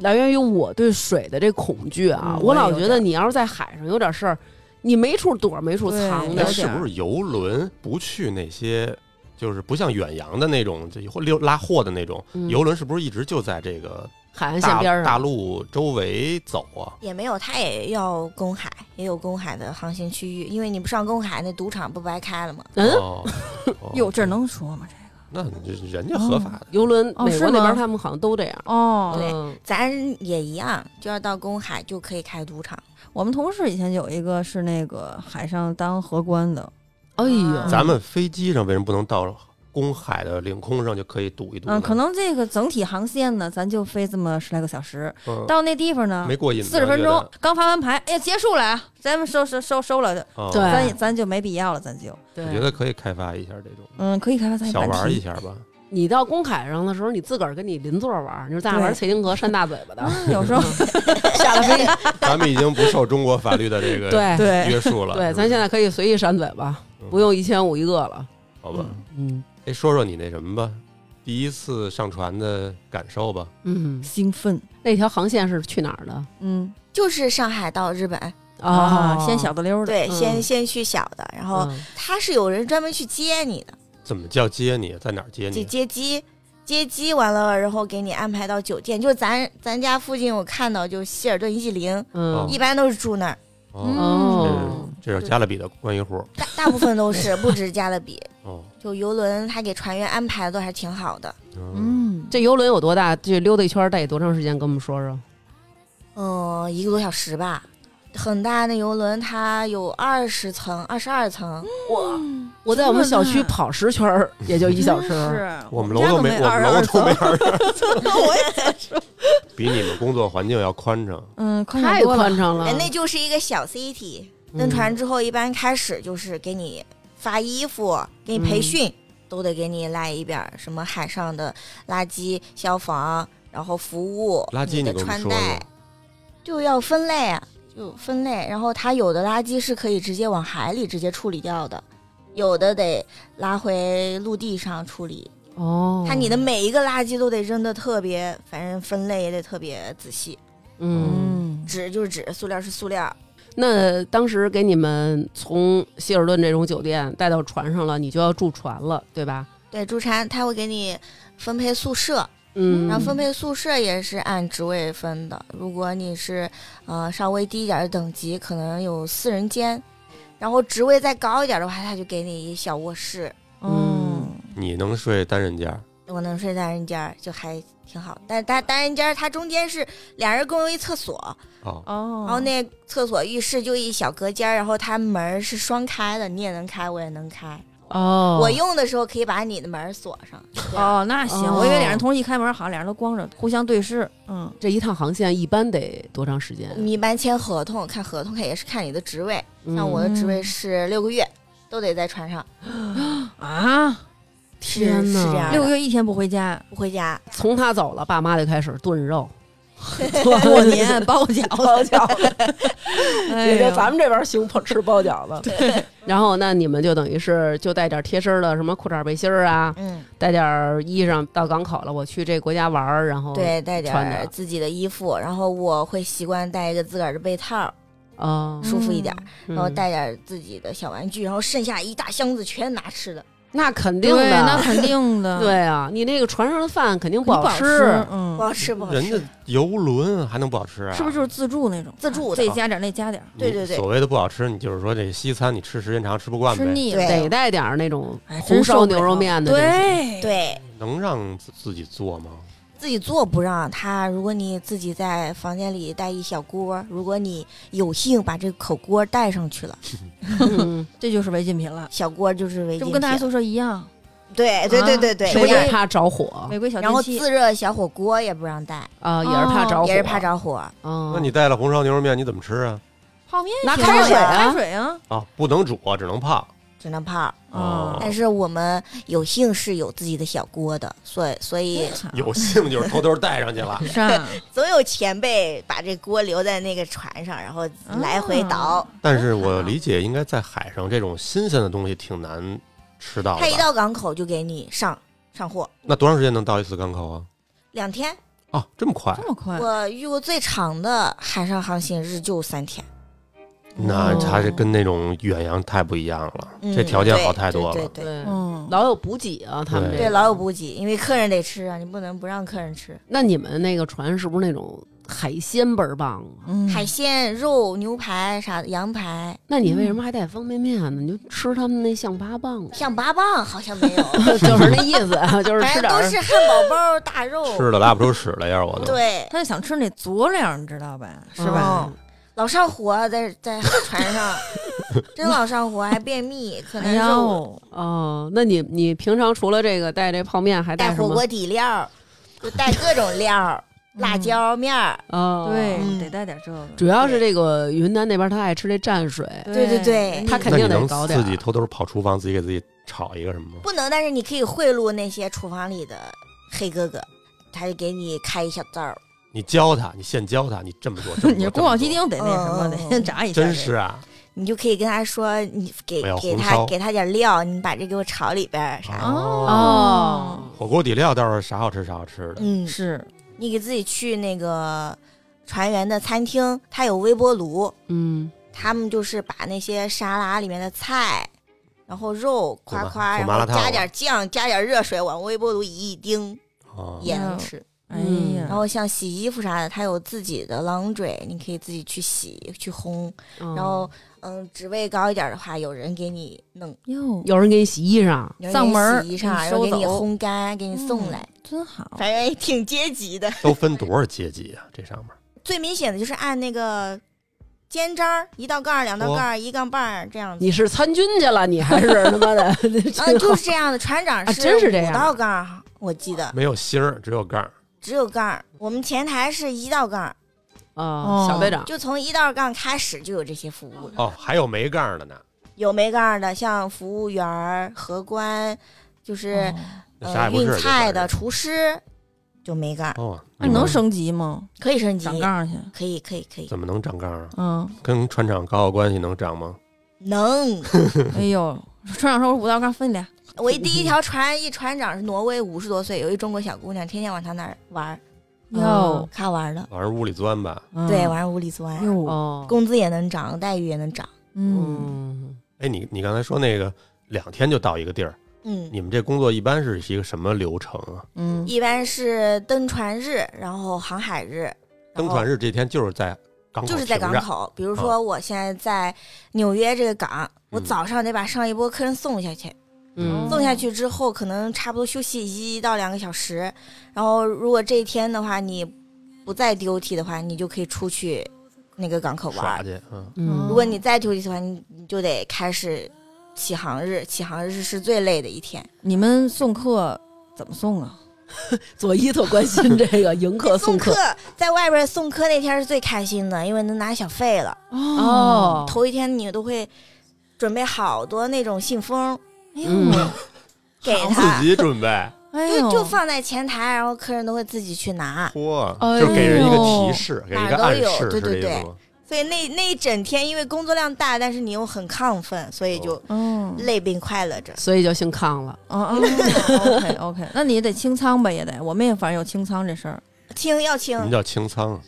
D: 来源于我对水的这恐惧啊，
E: 嗯
D: 我
E: 我也
D: 老
E: 有
D: 觉得你要是在海上有点事儿，你没处躲，没处
E: 对
D: 藏
A: 那
D: 的
E: 有，
A: 哎是
E: 点儿
A: 不是游轮不去那些，就是不像远洋的那种，就或溜拉货的那种、
D: 嗯
A: 游轮，是不是一直就在这个
D: 海岸线
A: 大
D: 边儿
A: 大
D: 上。
A: 陆周围走啊？
B: 也没有，他也要公海，也有公海的航行区域，因为你不上公海，那赌场不白开了吗？
D: 嗯，
A: 哦，哦
E: 哟，这能说吗？这个
A: 那你这人家合法的，
D: 游轮，
E: 哦
D: 美
E: 是
D: 国那边
E: 吗
D: 他们好像都这样。
E: 哦，
D: 嗯，
B: 咱也一样，就要到公海就可以开赌场。
E: 我们同事以前有一个是那个海上当荷官的，
D: 哎
B: 嗯
D: 呦，
A: 咱们飞机上为什么不能到公海的领空上就可以赌一赌呢？
E: 嗯，可能这个整体航线呢，咱就飞这么十来个小时，
A: 嗯
E: 到那地方呢
A: 没，过瘾呢，
E: 四十分
A: 我
E: 钟
A: 觉
E: 刚发完牌，哎呀，结束了啊，咱们收收收收了，
A: 得。哦
D: 对
E: 咱也咱就没必要了，咱就
A: 我觉
D: 对，
A: 得可以开发一下这种，
E: 嗯，可以开发咱
A: 小玩儿一
E: 题。
A: 下吧。
D: 你到公海上的时候，你自个儿跟你邻座玩儿，你说咱俩玩
E: 对
D: 蔡丁格扇大嘴巴的，
E: 嗯有时 候
D: 下了飞机，
A: 咱们已经不受中国法律的这个
D: 对
E: 对，
A: 约束了。
D: 对，
A: 是吧
D: 咱现在可以随意扇嘴巴，
A: 嗯
D: 不用一千五一个了。
A: 好吧？
D: 嗯
A: 哎，说说你那什么吧，第一次上船的感受吧。
D: 嗯，
E: 兴奋，
D: 那条航线是去哪儿的？
E: 嗯
B: 就是上海到日本，
E: 啊，
D: 哦
E: 先小的溜儿的，
B: 对，
D: 嗯
B: 先先去小的，然后
D: 嗯
B: 他是有人专门去接你的，
A: 怎么叫接你？在哪儿接
B: 就
A: 你？
B: 接机，接机完了，然后给你安排到酒店，就咱咱家附近，我看到就希尔顿逸林，
D: 嗯
B: 一般都是住那儿，
A: 哦，
D: 哦
A: 这是这是加勒比的关于户。
B: 大大部分都是不止加勒比，
A: 哦，
B: 就游轮他给船员安排的都还挺好的。
A: 嗯，
E: 嗯，
D: 这游轮有多大？这溜达一圈儿得多长时间？跟我们说说。
B: 嗯、一个多小时吧，很大的游轮，它有二十层、二十二层，
A: 嗯
D: 我我在我们小区跑十圈儿也就一小
B: 嗯
D: 时。
E: 是
A: 我们楼都没，我们楼都没二十，
E: 我也在说，
A: 比你们工作环境要宽敞。
E: 嗯，快
D: 太
E: 点多了
D: 宽敞了
B: 哎，，
A: 哦
B: 那就是一个小 city。
D: 嗯
B: 登船之后，一般开始就是给你发衣服，给
A: 嗯
B: 你培训，都得给你来一遍儿，什么海上的垃圾、消防，然后服务、
A: 垃圾
B: 你的
A: 跟我们
B: 穿
A: 说
B: 戴，
A: 说，
B: 就要分类啊，就分类。然后它有的垃圾是可以直接往海里直接处理掉的，有的得拉回陆地上处理。
D: 哦，
B: 它你的每一个垃圾都得扔的特别，反正分类也得特别仔细。
D: 嗯，
E: 嗯，
B: 纸就是纸，塑料是塑料。
D: 那当时给你们从希尔顿这种酒店带到船上了，你就要住船了，对吧？
B: 对，朱禅他会给你分配宿舍，
D: 嗯，
B: 然后分配宿舍也是按职位分的，如果你是呃稍微低一点的等级，可能有四人间，然后职位再高一点的话，他就给你一小卧室，
E: 嗯，
A: 你能睡单人间？
B: 我能睡单人间儿，就还挺好。但但单人间儿它中间是俩人共用一厕所，
A: 哦，
E: 哦，
D: 嗯
B: 然后那厕所浴室就一小隔间儿，然后它门儿是双开的，你也能开，我也能开。
D: 哦，
B: 我用的时候可以把你的门儿锁上。这样
E: 哦，那行，
D: 哦
E: 我以为俩人同时一开门，好像俩人都光着，互相对视。嗯，
D: 这一趟航线一般得多长时间？
B: 你一般签合同，看合同看也是看你的职位，像
D: 嗯
B: 我的职位是六个月，都得在船上，
E: 啊，
B: 是
D: 天
B: 是
D: 哪
B: 这样的，
E: 六个月一天不回家，
B: 不回家，
D: 从他走了，爸妈就开始炖 肉。
E: 过年包饺
D: 包
E: 子，
D: 饺子，
E: 哎
D: 也
E: 呦
D: 就咱们这边兴碰吃包饺子。 然后那你们就等于是就带点贴身的，什么裤衩背心儿啊，
B: 嗯，
D: 带点衣裳到港口了，我去这国家玩儿，然后
B: 对，带
D: 哦
B: 点
D: 穿着
B: 儿自己的衣服，然后我会习惯带一个自个儿的被套儿，
D: 啊，
E: 嗯
B: 舒服一点儿
D: 然
B: 嗯然后带点自己的小玩具，然后剩下一大箱子全拿吃的。
D: 那肯定
E: 对，那
D: 的，
E: 肯定 的，
D: 对啊，你那个船上的饭肯定
E: 不
D: 好
E: 好
D: 吃，
E: 嗯
B: 不，好吃，不好
A: 人
B: 吃。
A: 家游轮还能不好吃啊？
E: 是不是就是自助那种？
B: 自助的
E: 这加点儿那加点儿，
A: 你
B: 对对对
A: 所谓的不好吃，你就是说这西餐你吃时间长吃不惯
E: 吃
A: 呗，
E: 腻
B: 对
E: 了，
D: 得带点儿那种
E: 哎真
D: 红烧
E: 受不
D: 牛肉
E: 了
D: 面的东西。
E: 对，
B: 对
A: 能让自自己做吗？
B: 自己做不让他，如果你自己在房间里带一小锅，如果你有幸把这口锅带上去了，
D: 嗯
E: 这就是违禁品了，
B: 小锅就是违禁
E: 这
B: 品。
E: 不跟大家宿舍一样，
B: 对对对对对，
D: 谁
E: 谁
D: 也
E: 也
D: 是怕着火
E: 玫瑰小
B: 啊然后
E: 电器，
B: 自热小火锅也不让带，
D: 啊，也是怕着火，
B: 哦也是怕。着火。
D: 嗯，
A: 那你带了红烧牛肉面，你怎么吃啊？
E: 泡面
D: 拿
E: 行
D: 开
B: 水
D: 啊
E: 开水啊，。
A: 啊，不能煮啊，只能泡。
B: 只能泡，
A: 哦
B: 但是我们有幸是有自己的小锅的，所以所以
A: 有幸就是偷偷带上去了
E: 是啊，
B: 总有前辈把这锅留在那个船上，然后 来回倒。
A: 但是我理解，应该在海上这种新鲜的东西挺难吃到
B: 他
A: 的
B: 一
A: 吧。
B: 到港口就给你上上货，
A: 那多长时间能到一次港口啊？
B: 两天。
A: 啊，这么快？
E: 这么快，
B: 我遇过最长的海上航行日就三天，
A: 那
D: 哦
A: 还是跟那种远洋太不一样了，
B: 嗯
A: 这条件好太多
B: 对
A: 了。
B: 对对
D: 对，
E: 嗯，
D: 老有补给啊，他们
A: 对
B: 对
D: 这
B: 对，
D: 个
B: 老有补给，因为客人得吃啊，你不能不让客人吃。
D: 那你们那个船是不是那种海鲜倍儿棒啊？
E: 嗯
B: 海鲜、肉、牛排啥的，羊排、，
D: 那你为什么还带方便面呢？你就吃他们那象拔蚌
B: 象拔蚌好像没有，
D: 就是那意思 啊，就是吃
B: 反正
D: 点
B: 都
D: 儿
B: 是汉堡包、大肉。
A: 吃的拉不出屎来，要是我都。
B: 哦对，
E: 他是想吃那佐料，你知道吧？
B: 哦
E: 是吧？
B: 吧？老上火，在在船上， 真老上火，还便秘，可能
E: 哎
B: 嗯肉
E: 呦，
D: 哦，那你你平常除了这个带这泡面，还
B: 带
D: 什
B: 火
D: 么
B: 锅？底料儿，就带各种料儿，
E: 嗯
B: 辣椒面儿。
D: 哦，
E: 对，
B: 嗯
E: 得带点这个。
D: 主要是这个云南那边他爱吃这蘸水，
B: 对对对
D: 他肯
A: 那
D: 定
A: 你
D: 得
A: 能
D: 搞点儿
A: 自己偷偷跑厨房，自己给自己炒一个什么吗？
B: 不能，但是你可以贿赂那些厨房里的黑哥哥，他就给你开一小灶儿。
A: 你教他，你现教他，你这么做，这么
E: 你
A: 做
E: 宫保
A: 这
E: 鸡
A: 么做
E: 丁得那什么，
B: 嗯
E: 得
B: 嗯
E: 先
B: 嗯
E: 炸一下。
A: 真是，啊！
B: 你就可以跟他说，你给
A: 我要
B: 给
A: 红
B: 他
A: 烧啊
B: 给他点料，你把这给我炒里边儿啥的。
D: 哦，
A: 火锅底料倒是啥好吃啥好吃的，
B: 嗯，
E: 是
B: 你给自己去那个船员的餐厅，他有微波炉，
D: 嗯，
B: 他们就是把那些沙拉里面的菜，然后肉
A: 做麻
B: 夸夸，
A: 做
B: 然
A: 麻辣
B: 后
A: 烫
B: 加点酱，加点热水，往微波炉一叮
A: 啊，
B: 也能吃。
E: 哎
D: 嗯
E: 呀，
B: 然后像洗衣服啥的，它有自己的 laundry，你可以自己去洗去烘。
D: 然
B: 然
D: 哦
B: 后，嗯，职位高一点的话，有人给你弄，
E: 哟，
D: 有人给你洗衣裳，
B: 有人
E: 上
B: 给你
E: 门儿
B: 洗衣裳，
E: 给你
B: 然后
E: 收
B: 给你
E: 走
B: 烘干，给你送来。
E: 真好。哦
B: 反正也挺阶级的。
A: 都分多少阶级啊？这上面
B: 最明显的就是按那个肩章儿，一道杠儿、两道
A: 哦
B: 杠儿、一杠半儿这样子。
D: 你是参军去了，你还是他妈 的，
B: 嗯、就是这样的，船长
D: 啊
B: 是
D: 真是这样
B: 五道杠儿，我记得
A: 没有芯儿，只有杠儿。
B: 只有杠儿。我们前台是一道杠儿，
D: 啊，小队长，
B: 哦就从一道杠开始就有这些服务了。
A: 哦，还有没杠儿的呢，
B: 有没杠儿的，像服务员儿、荷官，就是、
A: 那啥也
B: 呃
A: 不是。
B: 运
A: 就
B: 菜
A: 在
B: 的
A: 这
B: 厨师，就没杠儿，
A: 哦，
E: 那你能
A: 们
E: 升级吗？
B: 可以升级，
E: 长杠去。
B: 可以可以可以，
A: 怎么能长杠儿啊？
E: 嗯，
A: 跟船长搞好关系能长吗？
B: 能。
E: 哎呦，船长说我五道杠分你俩，
B: 我一第一条船一船长是挪威五十多岁，有一中国小姑娘，天天往他那儿玩儿，
E: 哟，
B: 可好玩儿了。
A: 往人屋里钻吧。
E: 哦嗯
B: 嗯对，往上屋里钻，
E: 哟，
D: 哦，
B: 工资也能涨，待遇也能涨。
E: 嗯，
D: 嗯，
A: 哎，你你刚才说那个两天就到一个地儿，
B: 嗯，
A: 你们这工作一般是一个什么流程啊？
E: 嗯，
B: 一般是登船日，然后航海日，
A: 登船日这嗯天就是在港口
B: 哦就
A: 停着，
B: 是在港口。比如说，我现在在纽约这个港，我
A: 嗯
B: 早上得把上一波客人送下去，
D: 嗯
B: 送下去之后可能差不多休息一到两个小时。然后，如果这一天的话，你不再 DOT 的话，你就可以出去那个港口玩
A: 耍
B: 儿。
A: 去。嗯，
D: 嗯，
B: 如果你再 DOT 的话，你你就得开始起航日，起航日是最累的一天。
E: 你们送客怎么送啊？
D: 左一特关心这个迎客送
B: 送
D: 客
B: 客在外边送客那天是最开心的，因为能拿小费了。
D: 哦，
B: 头一天你都会准备好多那种信封
E: 哎
D: 嗯
E: 呦，
B: 给
A: 自
B: 他，
A: 己准 备，
E: 哎
B: 就
E: 呦，
B: 就放在前台，然后客人都会自己去拿。
A: 嚯、
D: 哎呦
A: 就给人一个提示，给人一个暗
B: 哪儿
A: 示，
B: 都有对对
A: 是这意思吗？
B: 所以那那一整天，因为工作量大，但是你又很亢奋，所以
A: 哦
B: 就
E: 嗯，
B: 累并快乐着。
D: 所以就姓康了，
E: 哦，OK OK，那你得清仓吧，也得，我们也反正有清仓这事儿。
B: 清要
A: 什么
B: 清，
A: 叫清仓？啊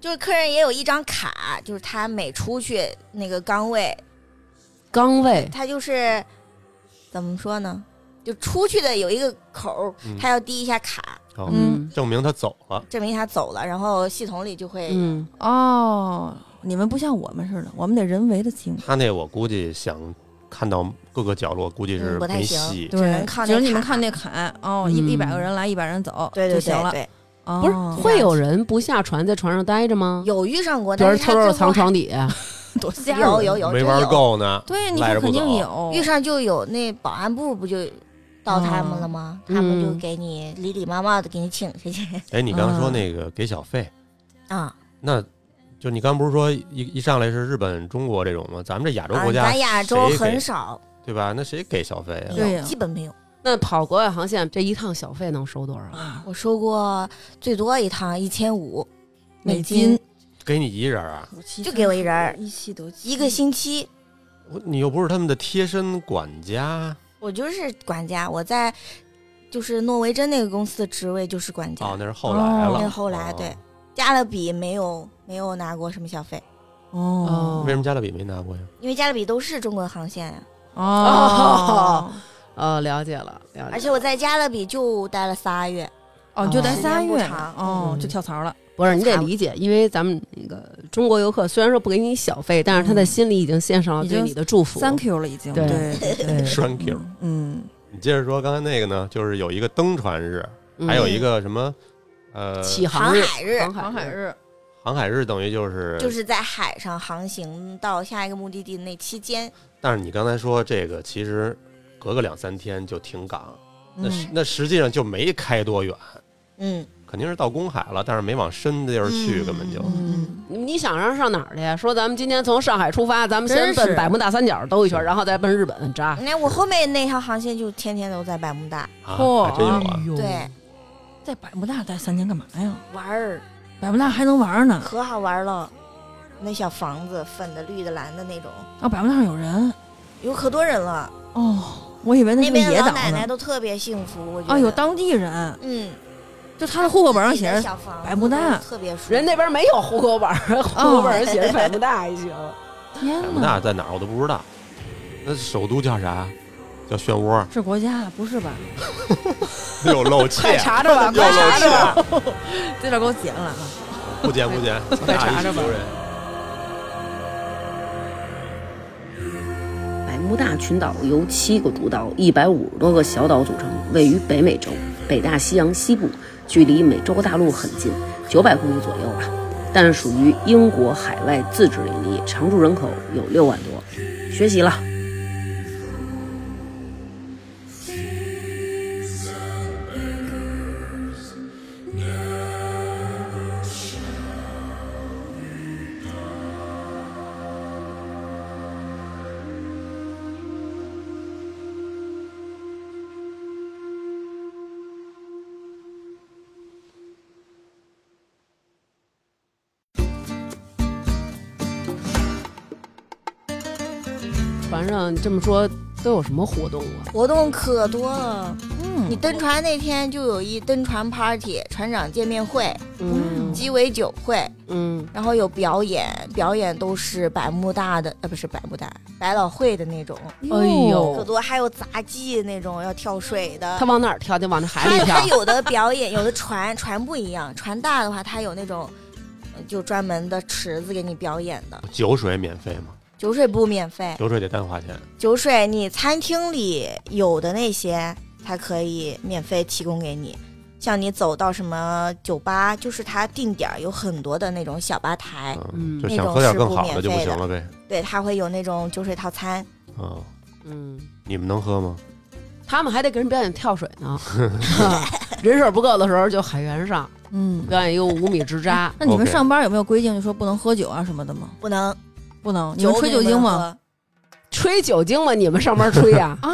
B: 就是客人也有一张卡，就是他每出去那个岗位，
D: 岗位
B: 他就是怎么说呢？就出去的有一个口儿，
A: 嗯
B: 他要滴一下卡，
A: 哦
E: 嗯
A: 证明他走了，
B: 证明他走了，然后系统里就会、
D: 嗯，
E: 哦，你们不像我们似的，我们得人为的清。
A: 他那我估计想看到各个角落，估计是
B: 嗯不太
A: 没
B: 行
A: 戏。
B: 只
E: 对
B: 能，靠
E: 只
B: 那
E: 能你们
B: 卡
E: 看那卡哦，一一百个人来，一百人走，
B: 对对
E: 就行
B: 对
E: 了。
B: 对，
E: 哦
D: 不是
B: 这
D: 会
B: 样
D: 有
B: 子
D: 人不下船在船上待着吗？
B: 有遇上过，
D: 比
B: 但
D: 如
B: 是他
D: 偷
B: 最
D: 偷
B: 后
D: 藏床底，
E: 多吓
B: 还
E: 人
B: 有有有
A: 没
B: 真
A: 玩
B: 有
A: 够 呢，
E: 对，啊你
A: 赖着
E: 看
A: 不
E: 肯定
A: 走
E: 有
B: 遇上就有那保安部不就到他们了吗？他们就
D: 嗯
B: 给你礼礼貌貌的给你请下去
A: 哎，你刚刚说
E: 嗯
A: 那个给小费，
B: 啊。
A: 那就你刚不是说一一上来是日本、中国这种吗？咱们这亚洲
B: 啊
A: 国家
B: 咱，亚洲
A: 谁给
B: 很少，
A: 对吧？那谁给小费啊？
E: 对呀
B: 基本没有。
D: 那跑国外航线这一趟小费能收多少？
B: 我收过最多一趟一千五
E: 美
B: 金
E: 金，，
A: 给你一人啊？
B: 就给我一人儿
E: 一期得七
B: 一个星期。
A: 我你又不是他们的贴身管家
B: 我就是管家，我在就是诺维珍那个公司的职位就是管家。
A: 哦，那是后来
E: 哦
A: 了。
B: 那是后来
A: 哦
B: 对加勒比没有没有拿过什么小费，
E: 哦
A: 为什么加勒比没拿过呀？
B: 因为加勒比都是中国航线啊呀。
E: 哦
D: 哦，了解了，了解
A: 哎
D: 了。
B: 而且我在加勒比就待了仨月，
E: 哦，你就待
D: 时
E: 仨
B: 间不
E: 月
B: 长
E: 哦，
D: 嗯
E: 就跳槽了。
D: 不是你得
B: 差不
D: 理解，因为咱们那个中国游客虽然说不给你小费，但是他在心里已经献上了
E: 已
D: 对
E: 经
D: 你的祝福。
E: Thank you 了，已经
D: 对
E: 对对
A: Thank you
E: 嗯，
A: 你接着说，刚才那个呢，就是有一个登船日，
D: 嗯
A: 还有一个什么，呃，
D: 起
B: 航
D: 航日，
B: 海日
D: 航
E: 航海
D: 海日，
E: 日
A: 航海日等于就是
B: 就是在海上航行到下一个目的地的那期间，
A: 但是你刚才说这个，其实隔个两三天就停港，那、
E: 嗯
A: 那实际上就没开多远，
B: 嗯，
A: 肯定是到公海了，但是没往深的地儿去，
B: 嗯
A: 根本就。
E: 嗯，
D: 你你想让上哪儿去？说咱们今天从上海出发，咱们先
E: 真
D: 奔
E: 是
D: 百慕大三角兜一圈，然后再奔日本扎。
B: 那我后面那条航线就天天都在百慕大，
A: 啊，
E: 嚯
A: 还真有啊
D: 哎！呦
B: 对，
E: 在百慕大待三年干嘛呀？
B: 玩儿
E: 百慕大还能玩呢？
B: 可好玩了，那小房子粉的、绿的、蓝的那种，
E: 啊，百慕大上有人
B: 有可多人了。
E: 哦，我以为那
B: 那
E: 是个
B: 边
E: 野
B: 的老
E: 岛
B: 奶奶
E: 呢。
B: 都特别幸福，我觉得。
E: 啊，有当地人，
B: 嗯，
E: 就他的户口本上写
B: 自己的
E: 着
B: 小房子
E: 百慕大
B: 都特别舒服。
D: 人那边没有户口本儿，户口本儿写着百慕大还行。
E: 天
A: 百慕大
E: 哪，，
A: 在哪儿我都不知道，那首都叫啥？叫漩涡
E: 是国家不是吧？
A: 又露怯
D: 快，查查吧，
A: 又
D: 快
A: 露
D: 查
A: 怯
D: 查吧。
A: 了，
E: 这点给我剪了啊！
A: 不见不见，
D: 快查查吧
A: 大一族人。
C: 百慕大群岛由七个独岛、一百五十多个小岛组成，位于北美洲北大西洋西部，距离美洲大陆很近，九百公里左右吧。但是属于英国海外自治领地，常住人口有六万多。学习了。
D: 船上这么说都有什么活动啊？
B: 活动可多了，
E: 嗯
B: 你登船那天就有一登船 party，船长见面会、
D: 嗯
B: 鸡尾酒会，
D: 嗯，
B: 然后有表演，表演都是百慕大的，呃，不是百慕大，百老汇的那种，
D: 哎
E: 哦
D: 呦
B: 可多，还有杂技那种要跳水的
D: 他。往哪儿跳就往那海
B: 它
D: 里跳
B: 它。有的表演，有的船船不一样，船大的话，它有那种呃就专门的池子给你表演的。
A: 酒水免费吗？
B: 酒水不免费，
A: 酒水得单花钱。
B: 酒水你餐厅里有的那些，它可以免费提供给你。像你走到什么酒吧，就是它定点儿有很多的那种小吧台，
A: 嗯，
D: 嗯
A: 就想喝点更好的就不行了呗。
B: 对，它会有那种酒水套餐。
A: 啊，
D: 嗯，
A: 你们能喝吗？
D: 他们还得给人表演跳水呢。 人手不够的时候就海员上
E: 嗯，
D: 表演一个五米直扎。
E: 那你们
A: OK
E: 上班有没有规定，就说不能喝酒啊什么的吗？
B: 不能
E: 不能，你们吹酒
B: 不能
E: 精吗？？
B: 喝？
D: 吹酒精吗？你们上班吹呀
E: 啊，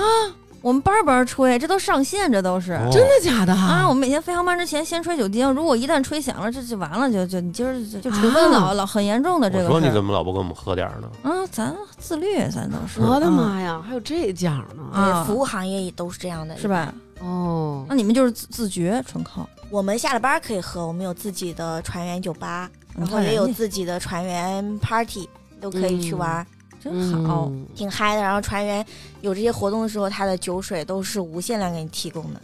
E: 我们班儿班儿吹，这都上线，这都是。
A: 哦
D: 真的假的
E: 啊！我？们每天飞航班之前先吹酒精，如果一旦吹响了，这就完了，就就你今儿就就处分老、
D: 啊
E: 老很严重的这
A: 我
E: 个
A: 说你
E: 事
A: 怎么老不给我们喝点儿呢？
E: 儿啊，咱自律，咱都是。
D: 我的
E: 啊！
D: 妈呀，还有这讲呢！
E: 啊
B: 对服务行业也都是这样的，
E: 是？吧？
D: 哦
E: 那，你们就是自自觉，纯靠。
B: 我们下了班可以喝，我们有自己的船员酒吧，然后也有自己的船员 party，都可以去玩儿，
E: 真好，
D: 嗯
B: 挺嗨的。然后船员有这些活动的时候，他的酒水都是无限量给你提供的。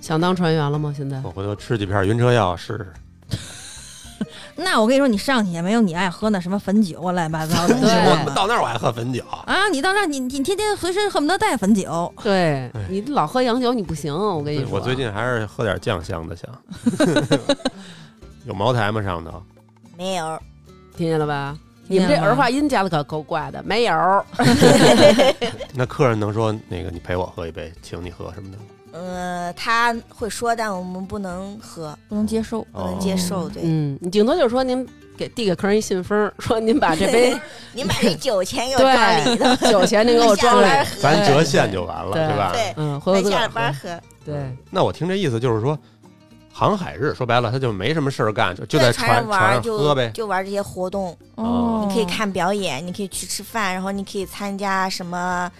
D: 想当船员了吗？现
E: 哦
D: 在
A: 我回头吃几片晕车药试试。
E: 那我跟你说，你上去也没有你爱喝那什么汾酒啊，乱七八糟的，你知道
A: 我
E: 吗？
A: 到那儿我还喝汾酒，
E: 啊，你到那儿你你天天随身恨不得带汾酒，
D: 对
A: 哎
D: 你老喝洋酒你不行，我跟你
A: 对
D: 说，
A: 我最近还是喝点酱香的香。有茅台吗？上头
B: 没有，
D: 听见了吧？你
E: 听
D: 们
E: 见了
D: 这
E: 吗
D: 儿化音加的可够怪的，没有
A: 那客人能说那个你陪我喝一杯，请你喝什么的吗？
B: 呃，他会说，但我们不能喝，
E: 不能接受。
B: 不能接受。对，
D: 嗯，你顶多就是说您给递给客人一信封儿，说您把这杯
B: 你把 这酒钱给我装里头，
D: 对酒钱您给我装
B: 下
D: 里，
B: 班
A: 咱折现就完了，
D: 对
A: 对吧？
B: 对，
D: 嗯，回头
B: 我
D: 自个
B: 下
D: 儿
B: 了班
D: 喝，
B: 喝。
D: 对，
A: 那我听这意思就是说，航海日说白了他就没什么事儿干，就就
B: 在
A: 船
B: 上玩儿
A: 上喝
B: 就
A: 呗。
B: 就玩这些活动，
A: 哦
D: 嗯
B: 你可以看表演，你可以去吃饭，然后你可以参加什么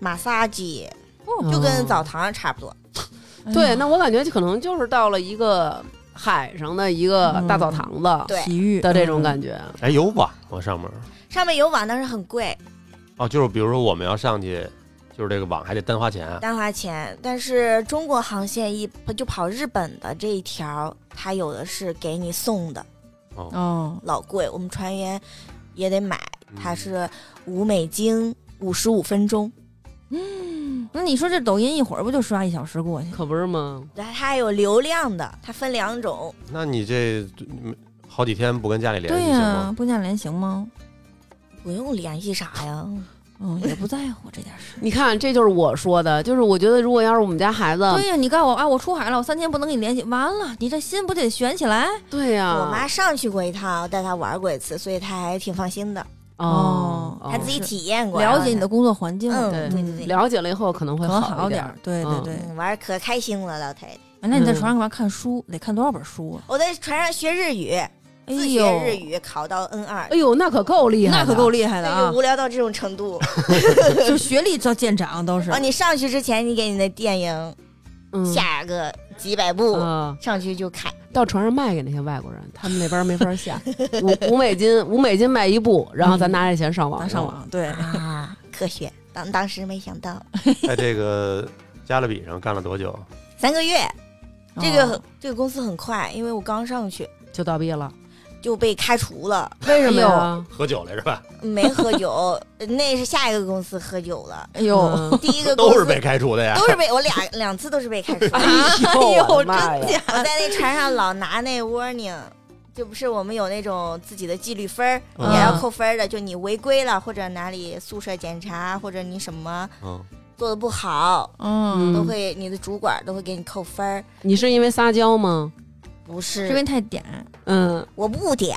B: 马萨吉，
E: 哦
B: 就
D: 嗯
B: 跟澡堂上差不多。
E: 哎呀，
D: 对，那我感觉就可能就是到了一个海上的一
E: 嗯
D: 个大澡堂子
B: 对，
E: 体育
D: 的这种
E: 觉。
D: 感觉，
A: 哎，有网吗？上面
B: 上面有网，但是很贵，
A: 哦，就是比如说我们要上去，就是这个网还得单花钱啊。
B: 单花钱。但是中国航线一就跑日本的这一条，它有的是给你送的，
A: 哦，
E: 哦，
B: 老贵，我们船员也得买，
A: 嗯
B: 它是五美金五十五分钟。
E: 那你说这抖音一会儿不就刷一小时过去？
D: 可不是吗？
B: 对，它还有流量的，它分两种。
A: 那你这嗯好几天不跟家里联
E: 对
A: 系
E: 呀、
A: 行吗？
E: 不见联行吗？
B: 不用联系啥呀，
E: 嗯，也不在乎这件事。
D: 你看，这就是我说的，就是我觉得如果要是我们家孩子，
E: 对呀、你告诉我啊，我出海了，我三天不能跟你联系，完了，你这心不得悬起来？
D: 对呀，
E: 啊
D: 哦
B: 我妈上去过一趟，带她玩过一次，所以她还挺放心的，
D: 哦，
E: 哦
B: 她自己
E: 是
B: 体验过，
E: 了解你
B: 然
E: 的
B: 后
E: 工作环境，
B: 嗯，
D: 对
B: 对对对，
D: 了解了以后可能会
E: 可能
D: 好
E: 好
D: 一
E: 点
D: 点
E: 儿
D: 儿。。
E: 对对
D: 嗯
E: 对，
B: 嗯，玩儿可开心了，老太太。
E: 哎那你在
D: 嗯
E: 船上干嘛看书？得看多少本书啊？
B: 我在船上学日语，
E: 哎
B: 自学日
E: 呦，
B: 语考到 N 二
D: 哎，呦，那可够厉害的，
E: 那
D: 哎
E: 可够厉害的
B: 那
E: 啊
B: 就！无聊到这种程度。
E: 就学历到见长都是
B: 然后。啊哦你上去之前，你给你的电影
D: 嗯
B: 下个几百步，
D: 啊，
B: 上去就看。
D: 到船上卖给那些外国人，他们那边没法下，五五美金，五美金卖一部，然后咱拿这钱上网
E: 嗯咱上，网对，
B: 啊， 科学，当当时没想到，
A: 在这个加勒比上干了多久？
B: 三个月，嗯这个、
E: 哦
B: 这个公司很快，因为我刚上去
D: 就倒闭了。
B: 就被开除了，
D: 为
E: 什么呀
D: 呀？
A: 喝酒来着 吧？
B: 没喝酒， 那是下一个公司喝酒了，
E: 哎 呦，
D: 嗯
B: 第 一个公
A: 都
B: 司
A: 是被开除的呀。
B: 都是被我俩两次都是被开除。
D: 哎呦，我的妈
E: 真
D: 呀！
E: 假
B: 我在那船上老拿那 warning，就不是我们有那种自己的纪律分儿，
A: 嗯
B: 也要扣分儿的，就你违规了，或者哪里宿舍检查，或者你什么
A: 嗯，
B: 做的不好，
E: 嗯，
B: 都会你的主管都会给你扣分儿。
D: 你是因为撒娇吗？
B: 不
E: 是
B: 是，
E: 因为太嗲。
D: 嗯，
B: 我不嗲。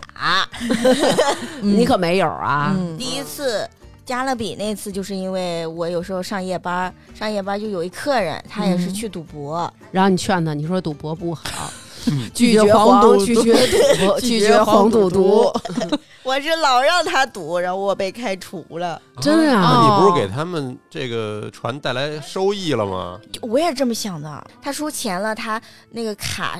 E: 嗯
D: 你可没有啊。
E: 嗯
B: 第一次加勒比那次，就是因为我有时候上夜班儿，上夜班儿就有一客人，他也是去赌博，
D: 然后你劝他，你说赌博不好，
E: 拒绝黄赌毒
D: 拒 绝赌博，拒绝黄赌毒。
B: 我是老让他赌，然后我被开除了。
D: 真的啊
A: 那你不
E: 哦
A: 是给他们这个船带来收益了吗？
B: 就我也这么想的，他输钱了，他那个卡，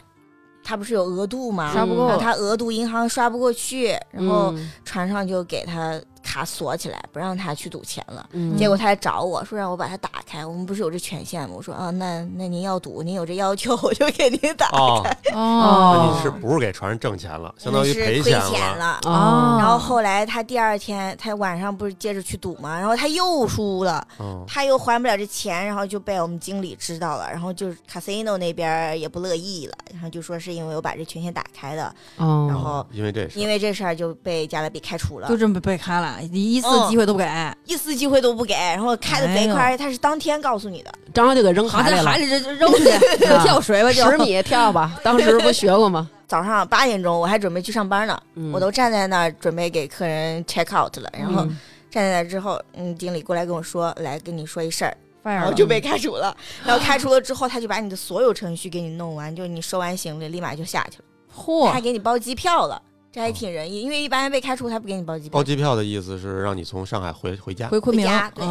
B: 他不是有额度吗？
E: 刷不够啊
B: 然后他额度银行刷不过去，然后
D: 嗯
B: 船上就给他卡锁起来，不让他去赌钱了。
D: 嗯
B: 结果他来找我说让我把它打开，我们不是有这权限吗？我说啊，那那您要赌，您有这要求，我就给您 打。
A: 哦，那
E: 哦
A: 你是不是给船上挣钱了，相
B: 我
A: 当
B: 们
A: 于
B: 是
A: 赔
B: 亏
A: 了？
B: 了。
D: 哦
B: 然后后来他第二天，他晚上不是接着去赌吗？然后他又输了，
A: 嗯，
B: 他又还不了这钱，然后就被我们经理知道了，然后就是 casino 那边儿也不乐意了，然后就说是因为我把这权限打开的，
D: 哦，
B: 然后
A: 因为这事
B: 因为这事儿就被加勒比开除了
E: 就，这么被开了，一次
B: 嗯
E: 机会都不给，
B: 一丝机会都不给，然后开的贼
E: 哎
B: 快，他是当天告诉你的，
D: 然后就给扔
E: 好
D: 海里
E: 在
D: 了
E: 海，里这 扔去，就跳水吧，就
D: 十米跳吧，当时不学过吗？
B: 早上八点钟我还准备去上班呢，
D: 嗯
B: 我都站在那儿准备给客人 check out 了，然后
D: 嗯
B: 站在那儿之后，嗯，经理过来跟我说，来跟你说一事儿，然
E: 我
B: 后哦就被开除了，然后开除了之后，他就把你的所有程序给你弄完，就你收完行李立马就下去了，他
E: 嚯
B: 还给你包机票了。这还挺仁义，因为一般人被开除，他不给你包机票。
A: 包机票的意思是让你从上海回回家。
E: 回昆明
B: 回家对
E: 哦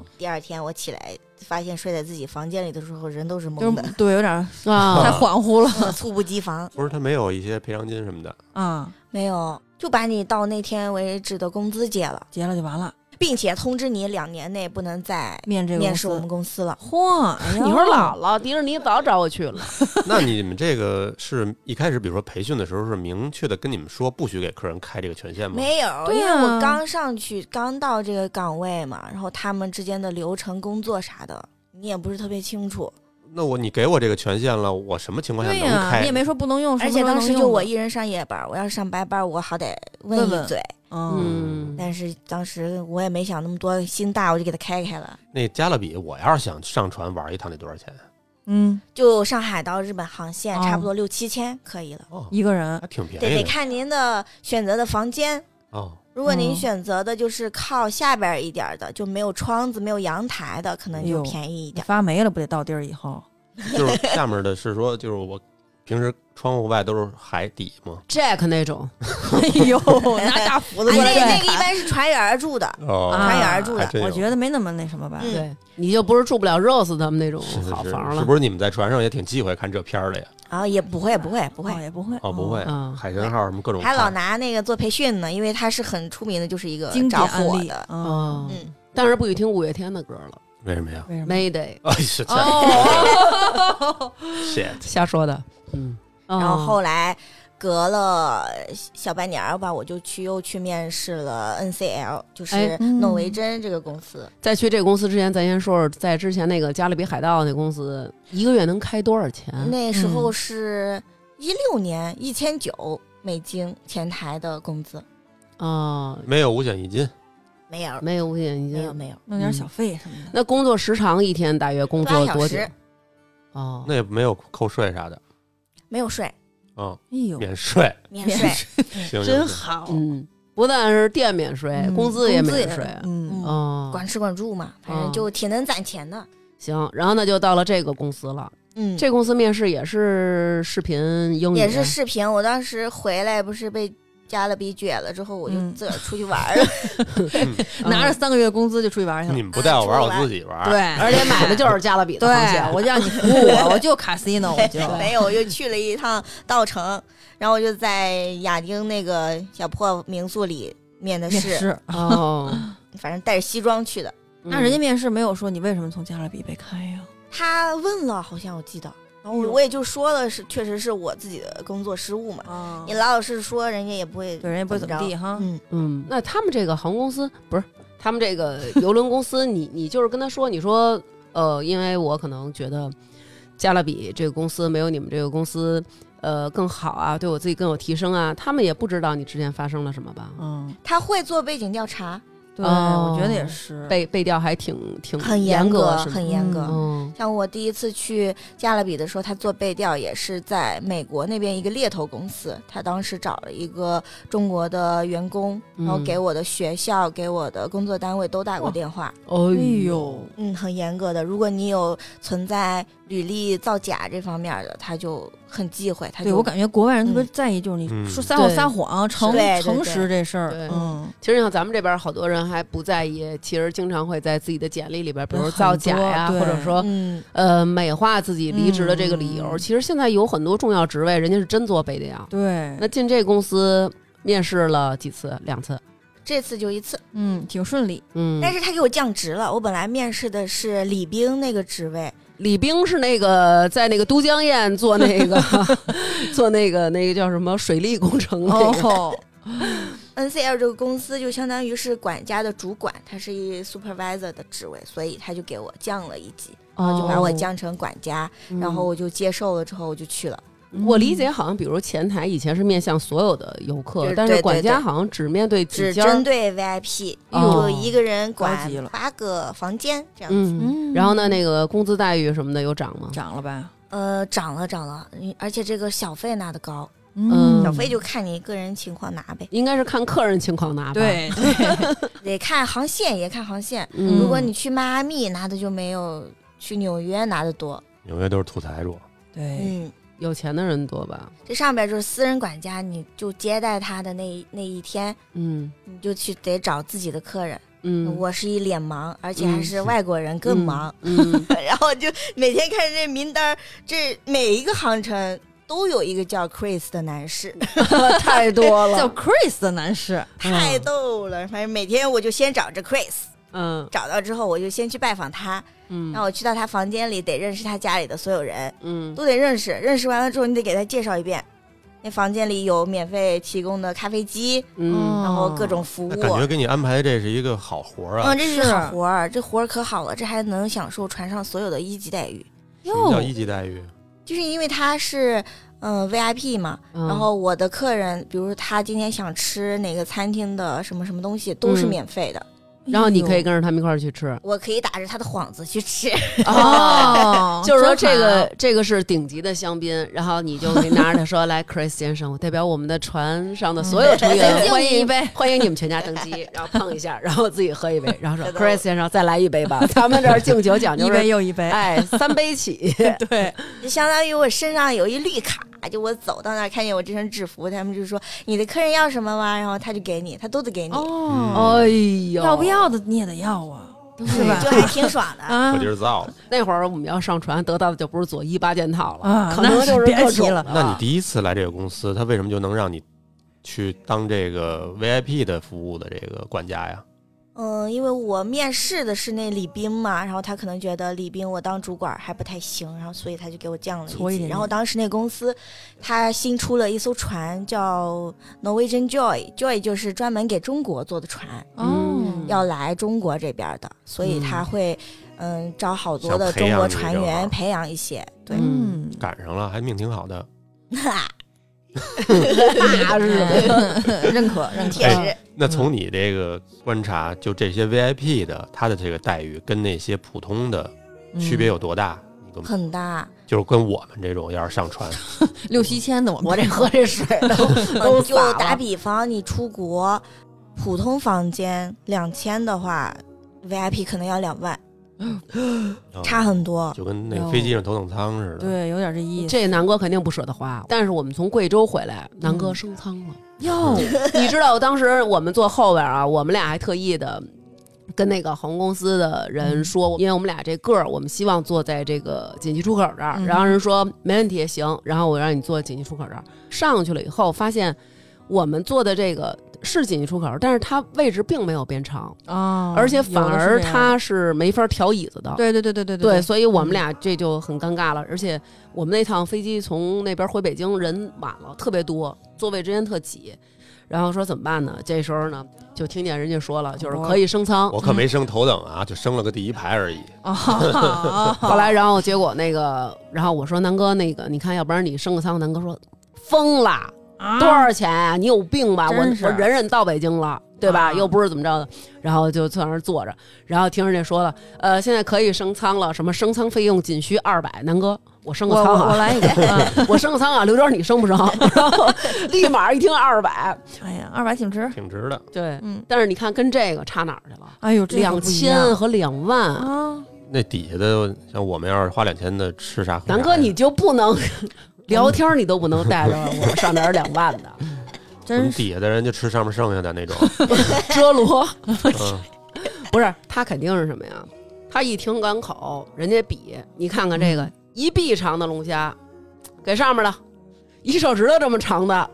A: 哦，
B: 第二天我起来，发现睡在自己房间里的时候，人都是
E: 就
B: 懵
E: 是
B: 的，
E: 对，有点儿太
D: 啊，
E: 恍惚了
B: 猝不及防。
A: 不是他没有一些赔偿金什 么的，
E: 啊，
B: 没有，就把你到那天为止的工资结了，
E: 结了就完了，
B: 并且通知你两年内不能再
E: 面这个
B: 面
E: 公
B: 试我
E: 司
B: 们公司了。
E: 嚯，哎 呦
D: 你说姥姥，迪士尼早找我去了。
A: 那你们这个是一开始，比如说培训的时候是明确的跟你们说不许给客人开这个权限吗？
B: 没有，
E: 对
B: 因为
E: 啊
B: 我刚上去，刚到这个岗位嘛，然后他们之间的流程、工作啥的，你也不是特别清楚。
E: 哦
A: 那我你给我这个权限了，我什么情况下
E: 对
A: 能
E: 呀，
A: 开？
E: 你也没说不能用，
B: 而
E: 什
B: 且
E: 么时候
B: 当
E: 能
B: 时
E: 用
B: 就我
E: 的，
B: 一人上夜班，我要是上白班，我好歹
E: 问
B: 问
E: 问
B: 一嘴。
E: 嗯，
D: 嗯，
B: 但是当时我也没想那么多，心大我就给他开开了。
A: 那加勒比，我要是想上船玩一趟得多少钱？
E: 嗯，
B: 就上海到日本航线
E: 哦
B: 差不多六七千可以了。
A: 哦，
E: 一个 人
A: 还挺便
B: 对，
A: 宜
B: 得
A: 的
B: 看您的选择的房间。
A: 哦。
B: 如果
E: 嗯
B: 您选择的就是靠下边儿一点儿的，就没有窗子、没有阳台的，可能
E: 哎呦
B: 就便宜一
E: 你
B: 点儿。
E: 发霉了不得到地儿 以后，
A: 就是下面的是说，就是我平时窗户外都是海底嘛。
D: Jack 那种，
E: 哎呦，拿大斧子
B: 哎，
E: 过来
B: 那个那
E: 对
B: 个一般是船员儿住的，
A: 哦
E: 啊
B: 船员儿住
A: 还
B: 的。
A: 真有
E: 我觉得没那么那什么吧，
B: 嗯
D: 对，你就不是住不了 Rose 他们那种
A: 是是
D: 好房
A: 是，
D: 了
A: 是。不是你们在船上也挺忌讳看这片儿的呀？
B: 然后啊也不会，不会，不会
E: 哦，也不会，
A: 哦，不会，
D: 嗯
A: 海神号什么各种
B: 还老
A: 看
B: 拿那个做培训呢，因为他是很出名的，就是一个
E: 经典
B: 呃着
E: 案
B: 火
E: 例
B: 的。
E: 啊，
D: 哦，
B: 嗯，
D: 但是不许听五月天的歌了。
A: 为什么呀？
E: 为什么？
D: Mayday，
A: 哎 是这
E: 哦，
A: shit，
D: 瞎说的。嗯，然
B: 然后后来隔了小半年儿吧，我就去又去面试了 NCL，就是
D: 哎
E: 嗯
B: 诺维珍这个公司。
D: 在去这个公司之前，咱先说说在之前那个加勒比海盗那公司，一个月能开多少钱？
B: 那时候
E: 嗯
B: 是一六年一千九美金前台的工资，
D: 哦，
A: 没有五险一金，
B: 没有，
D: 没有五险一
B: 没有，
D: 金。
B: 没有，
E: 弄点小费什么的，
D: 那工作时长一天大约工作
B: 八小
D: 多久
B: 时？
D: 哦，
A: 那也没有扣税啥的，
B: 没有税，
A: 嗯，
E: 哎呦，
A: 免税，
B: 免税。
A: 行，行行
E: 好
D: 嗯，不但是店免税，
E: 嗯
D: 工资也
E: 工资
D: 免税。
E: 嗯，
B: 嗯
D: 哦，
B: 管吃管住嘛，反
D: 哦
B: 正就挺能攒钱的。
D: 行，然后那就到了这个公司了。
B: 嗯，
D: 这公司面试也是视频英语，
B: 也是视频。我当时回来不是被加勒比撅了之后，我就
E: 嗯
B: 自个儿出去玩儿了。
D: 嗯
E: 拿着三个月的工资就哎出去玩去了
A: 你。们不带我玩，我自己玩。
E: 对，
D: 而且买的就是加勒比的
E: 对
D: 航线。，
E: 啊我就让你服务我，我就 casino，我就
B: 没有，我又去了一趟稻城，然后我就在亚丁那个小破民宿里面的
E: 面
B: 试，
E: 试。
D: 哦，
B: 反正带着西装去的。
E: 那
D: 嗯
E: 人家面试没有说你为什么从加勒比被开呀？
B: 他呃问了，好像我记得，然后我我也就说了是，确实是我自己的工作失误嘛。
D: 哦
E: 啊
B: 你老老实实说，人家也不会
E: 对，人家不会怎
B: 怎
E: 么
B: 么
E: 地啊哈。
B: 嗯，
D: 嗯，那他们这个航空公司不是他们这个邮轮公司，你你就是跟他说，你说呃，因为我可能觉得加勒比这个公司没有你们这个公司呃更好啊，对我自己更有提升啊，他们也不知道你之前发生了什么吧？
E: 嗯，
B: 他会做背景调查，
E: 对，
D: 哦
E: 我觉得也是。
D: 背背调还挺挺
B: 很
D: 严
B: 格，
D: 是吗
B: 很严格。
D: 嗯
B: 像我第一次去加勒比的时候，他做背调也是在美国那边一个猎头公司，他当时找了一个中国的员工，
D: 嗯
B: 然后给我的学校、给我的工作单位都打过电话。
D: 哦
E: 哎呦，
B: 嗯，很严格的。如果你有存在履历造假这方面的，他就很忌讳。
D: 哎
B: 他
E: 对
B: 就
E: 我感觉国外人特别
B: 嗯
E: 在意，就是你
A: 嗯
E: 说撒谎
D: 对
E: 撒谎、诚
B: 对对
E: 诚实这事儿
D: 对。
E: 嗯，
D: 其实像咱们这边好多人还不在意，其实经常会在自己的简历里边，比如
E: 有很
D: 造假
E: 多
D: 呀，
E: 对
D: 或者说
B: 嗯，
D: 呃美化自己离职的这个理由。
E: 嗯
D: 其实现在有很多重要职位，人家是真做背调。
E: 对，
D: 那进这公司面试了几次？两次。
B: 这次就一次，
E: 嗯挺顺利。
D: 嗯，
B: 但是他给我降职了。我本来面试的是李兵那个职位，
D: 李冰是那个在那个都江堰做那个 做那个那个叫什么水利工程那个。
E: 哦，
B: NCL 这个公司就相当于是管家的主管，他是一 supervisor 的职位，所以他就给我降了一级，然哦后就把我降成管家，
D: 哦嗯
B: 然后我就接受了，之后我就去了。
D: 我理解，好像比如前台以前是面向所有的游
B: 就
D: 客，
B: 是
D: 但是
B: 对
D: 管
B: 对
D: 家
B: 对
D: 好像只面对几
B: 只
D: 家。
B: 针对 VIP，、
D: 哦
B: 就一个人
E: 高
B: 管
E: 级了
B: 八个房间这样子。
D: 嗯，
E: 嗯
D: 然后呢，那个工资待遇什么的有涨吗？
E: 涨了吧？
B: 呃，涨了涨了，嗯而且这个小费拿的高，
D: 嗯
B: 小费就看你个人情况拿呗，
D: 应该是看客人情况拿吧。，
E: 对，对
B: 得看航线也看航线。
D: 嗯、
B: 如果你去迈阿密拿的就没有去纽约拿的多，
A: 纽约都是土财主，
D: 哎
E: 对，
B: 嗯，
D: 有钱的人多吧？
B: 这上边就是私人管家，你就接待他的那一那一天，
D: 嗯
B: 你就去得找自己的客人。
D: 嗯，
B: 我是一脸盲，而且还是外国人，更忙。
D: 嗯，
B: 然后就每天看着这名单儿，这每一个航程都有一个叫 Chris 的男士，
E: 太 多了，叫 Chris 的男士，
B: 太逗了。反正每天我就先找着 Chris，
D: 嗯
B: 找到之后我就先去拜访他。
D: 嗯，
B: 那我去到他房间里，得认识他家里的所有人，
D: 嗯
B: 都得认识。认识完了之后，你得给他介绍一遍。那房间里有免费提供的咖啡机，
D: 嗯
B: 然后各种服务。
A: 那感觉给你安排这是一个好活儿啊
B: 嗯，，这是
E: 是
B: 好活儿，这活儿可好了，这还能享受船上所有的一级待遇。
A: 什么叫
E: 哟，
A: 一级待遇？
B: 就是因为他是嗯、呃 VIP 嘛，
D: 嗯，
B: 然后我的客人，比如说他今天想吃哪个餐厅的什么什么东西，都是
D: 嗯
B: 免费的，
D: 然后你可以
E: 哎呦
D: 跟着他们一块儿去吃。，
B: 我可以打着他的幌子去吃。
E: 哦
D: 就是说，
E: 真
D: 这
E: 好啊
D: 个这个是顶级的香槟，然后你就可以拿着它说：“ 来，Chris 先生，我代表我们的船上的所有成
E: 再
D: 员，
E: 嗯敬
D: 欢
E: 你一
D: 迎
E: 杯
D: 欢迎你们全家登 机。”然后碰一下，然后自己喝一杯，然后说
B: 对的
D: ：“Chris 先生，再来一杯吧，咱们这儿敬酒讲究
E: 一
D: 是
E: 杯又一杯，
D: 哎，三杯 起。
E: 对，
B: 就相当于我身上有一绿卡，就我走到那儿看见我这身制服，他们就说你的客人要什么吗？然后他就给你，他都得给你，
E: 哦，
A: 嗯
D: 哎呦，
E: 要不要的你也得要啊，是吧
B: 就？还挺爽的。
E: 啊
A: 可，劲儿造了。
D: 那会儿我们要上船，得到的就不是左一八件套了，
E: 啊
D: 可能就是
E: 那是
D: 各
E: 别提
D: 种
E: 了
A: 那你第一次来这个公司，他为什么就能让你去当这个 VIP 的服务的这个管家呀？
B: 嗯，因为我面试的是那李斌嘛，然后他可能觉得李斌我当主管还不太行，然后所以他就给我降了
E: 搓一
B: 一级。
E: 点
B: 然后当时那公司他新出了一艘船叫 Norwegian Joy，Joy 就是专门给中国做的船，
E: 哦，
B: 要来中国这边的，所以他会嗯招好多
A: 想
B: 的
A: 培
B: 中国
A: 养你
B: 船
A: 这行
B: 员培养一 些，对。
E: 嗯，
A: 赶上了，还命挺好的。
D: 那
E: 哎
D: 是
E: 认可认可，
B: 也是，
A: 那从你这个观察，就这些 VIP 的他的这个待遇跟那些普通的
E: 嗯
A: 区别有多大？你跟
B: 很大，
A: 就是跟我们这种要是上船，
E: 六七千的，我们
D: 我这喝这水都都
B: 嗯就
D: 洒了
B: 打比方，你出国，普通房间两千的话，VIP 可能要两万，
A: 啊
B: 差很多。
A: 就跟那个飞机上头等舱似的。
E: 对，有点这意思。嗯
D: 这南哥肯定不舍得花，但是我们从贵州回来，南哥升舱了。
E: 哟， 哦
D: 你知道当时我们坐后边啊，我们俩还特意的跟那个航空公司的
E: 嗯
D: 人说，因为我们俩这个儿，我们希望坐在这个紧急出口这儿。
E: 嗯
D: 然后人说没问题，行。然后我让你坐紧急出口这儿，上去了以后发现我们坐的这个是紧急出口，但是它位置并没有变长，
E: 哦，
D: 而且反
E: 有的是
D: 而
E: 这样
D: 它是没法调椅子的。
E: 对对对对对
D: 对，
E: 对，嗯
D: 所以我们俩这就很尴尬了。而且我们那趟飞机从那边回北京人晚了，特别多，座位之间特挤。然后说怎么办呢？这时候呢，就听见人家说了，
E: 哦
D: 就是可以升舱。
A: 我可没升头等啊，就升了个第一排而已。
E: 哦，后
D: 后 来，然后结果那个，然后我说南哥，那个你看，要不然你升个舱。南哥说疯了，多少钱啊？你有病吧？我
E: 真是
D: 我忍忍到北京了，对吧？
E: 啊
D: 又不是怎么着的，然后就在那儿坐着，然后听人家说了，呃，现在可以升舱了，什么升舱费用仅需二百，南哥。我升个
E: 我
D: 舱
E: 我
D: 啊
E: 我！来 一个，啊
D: 我升个舱啊，刘娟你升不升？然后立马一听二百，
E: 哎呀，二百挺值，
A: 挺值的。
D: 对，
E: 嗯，
D: 但是你看跟这个差哪儿去了？
E: 哎呦，这可
D: 两
E: 不一样
D: 千和两万，
E: 啊，
A: 那底下的像我们要是花两千的吃啥喝啥呀？
D: 南哥你就不能
E: 嗯
D: 聊天，你都不能带着我上哪儿两万的
A: 我
E: 真
A: 们
E: 是
A: 底下的人就吃上面剩下的那种。
D: 遮罗？
A: 嗯
D: 不是，他肯定是什么呀？他一听港口，人家比你看啊看这个一臂长的龙虾，给上面了，一手指头这么长 的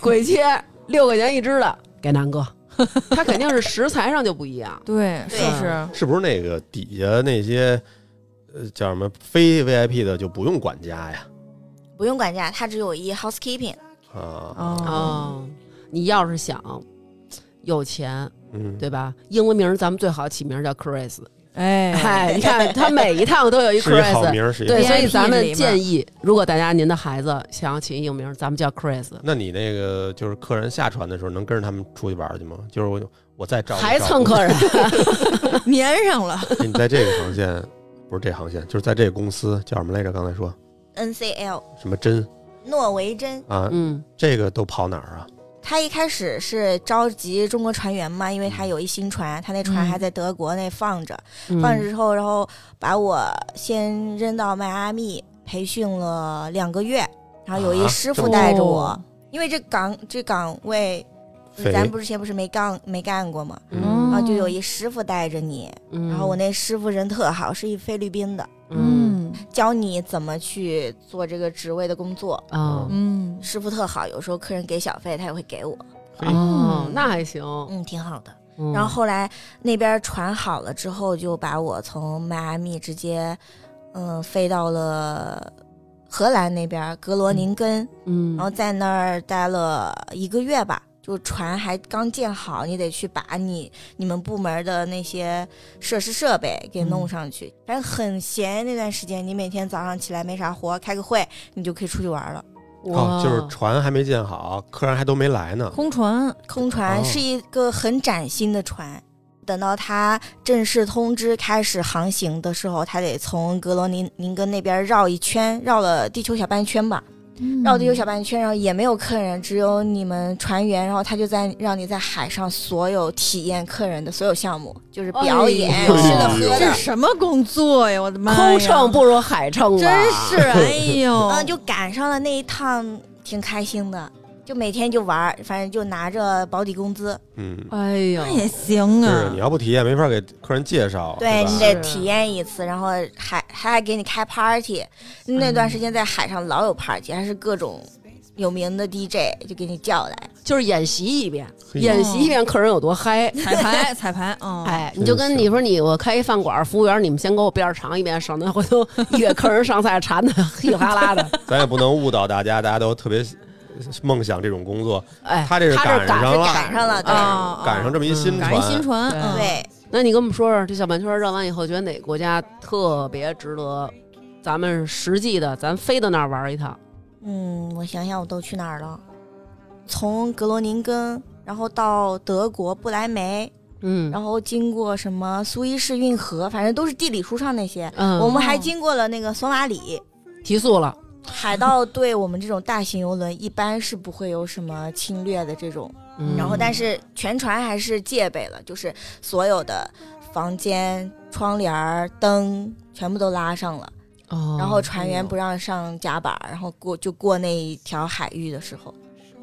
D: 鬼切，六块钱一只的给南哥， 他肯定是食材上就不一样。
E: 对，是不是
B: 对？
A: 是不是那个底下那些呃叫什么非 VIP 的就不用管家呀？
B: 不用管家，他只有一 housekeeping。
A: 啊，
E: 哦，
D: 哦，你要是想有钱，
A: 嗯，
D: 对吧？英文名儿咱们最好起名儿叫 Chris。
E: 哎，
D: 哎，你看他每一趟都有一
A: 是一好
D: Chris。
A: 名儿，是一
D: 对，
A: 好
D: 所以
E: VIP
D: 咱
E: 里
D: 们
E: 面
D: 建议，如果大家您的孩子想要起英名儿，咱们叫 Chris，
A: 那你那个就是客人下船的时候，能跟着他们出去玩去吗？就是我我再找
D: 还蹭客人，
E: 粘上了，
A: 人，你在这个航线不是这航线，就是在这个公司叫什么来着？刚才说
B: NCL
A: 什么真
B: 诺维珍，
A: 啊？
D: 嗯
A: 这个都跑哪儿啊？
B: 他一开始是召集中国船员嘛，因为他有一新船，他那船
E: 嗯
B: 还在德国那放着，
D: 嗯
B: 放着之后，然后把我先扔到迈阿密培训了两个月，然后有一
A: 啊
B: 师
A: 这
B: 傅
A: 么
B: 带着我，
E: 哦
B: 因为这岗这岗位
A: 肥
B: 咱不是之前不是没干没干过吗？
D: 嗯
B: 然后就有一师傅带着你，
D: 嗯，
B: 然后我那师傅人特好，是一菲律宾的，
D: 嗯
B: 教你怎么去做这个职位的工作。
D: 啊
E: 嗯
B: 师傅特好，有时候客人给小费他也会给我，
A: 嘿
D: 哦，那还行。
B: 嗯，挺好的。
D: 嗯
B: 然后后来那边船好了之后，就把我从迈阿密直接，嗯、飞到了荷兰那边格罗宁根，
D: 嗯，
B: 然后在那儿待了一个月吧。就船还刚建好，你得去把你你们部门的那些设施设备给
D: 嗯
B: 弄上去。反正很闲那段时间，你每天早上起来没啥活，开个会，你就可以出去玩了。
A: 哦，就是
D: 哇
A: 船还没建好，客人还都没来呢。
E: 空船
B: 空
A: 哦
B: 船是一个很崭新的船，等到它正式通知开始航行的时候，它得从格罗宁宁根那边绕一圈，绕了地球小半圈吧，
E: 嗯
B: 绕地球小半圈，然后也没有客人，只有你们船员，然后他就在让你在海上所有体验客人的所有项目，就是表演、
D: 哎
B: 吃
E: 哦
D: 呦
B: 的喝
E: 这
B: 的，
E: 什么工作呀？我的妈呀！
D: 空乘不如海乘啊吧，
E: 真是哎呦，
B: 嗯，就赶上了那一趟，挺开心的。就每天就玩儿，反正就拿着保底工资，
A: 嗯，
D: 哎呦
E: 那，也行
A: 是
E: 啊
A: 你。要不体验，没法给客人介绍。
B: 对
A: 吧
B: 你得
D: 是
B: 体验一次，然后还还给你开 party。那段时间在海上老有 party，还是各种有名的 DJ 就给你叫来。
D: 就是演习一遍，
A: 嘿
D: 演习一遍客人有多嗨。
E: 彩排，彩排，嗯，
D: 哎，
A: 真
D: 你就跟
A: 是
D: 你说你我开一饭馆，服务员你们先给我边儿尝一遍，省得回 头一给客人上菜馋的稀里哗啦 的。
A: 咱也不能误导大家，大家都特别梦想这种工作。
D: 哎，
A: 他这是
D: 赶
A: 赶上了
B: 赶上
D: 哦
B: 了对
E: 啊，
A: 赶上这么一新
E: 赶上新
A: 船，
E: 船，
D: 对
E: 嗯，
B: 对，
D: 那你跟我们说说，这小半圈绕完以后，觉得哪个国家特别值得咱们实际的，咱飞到那儿玩一趟？
B: 嗯，我想想我都去哪儿了？从格罗宁根，然后到德国不来梅，
D: 嗯
B: 然后经过什么苏伊士运河，反正都是地理书上那些。
D: 嗯，
B: 我们还经过了那个索马里。
D: 提速了，
B: 海盗对我们这种大型游轮一般是不会有什么侵略的这种
D: 嗯
B: 然后但是全船还是戒备了，就是所有的房间、窗帘儿、灯全部都拉上了，
D: 哦
B: 然后船员不让上甲板儿，然后过就过那一条海域的时候，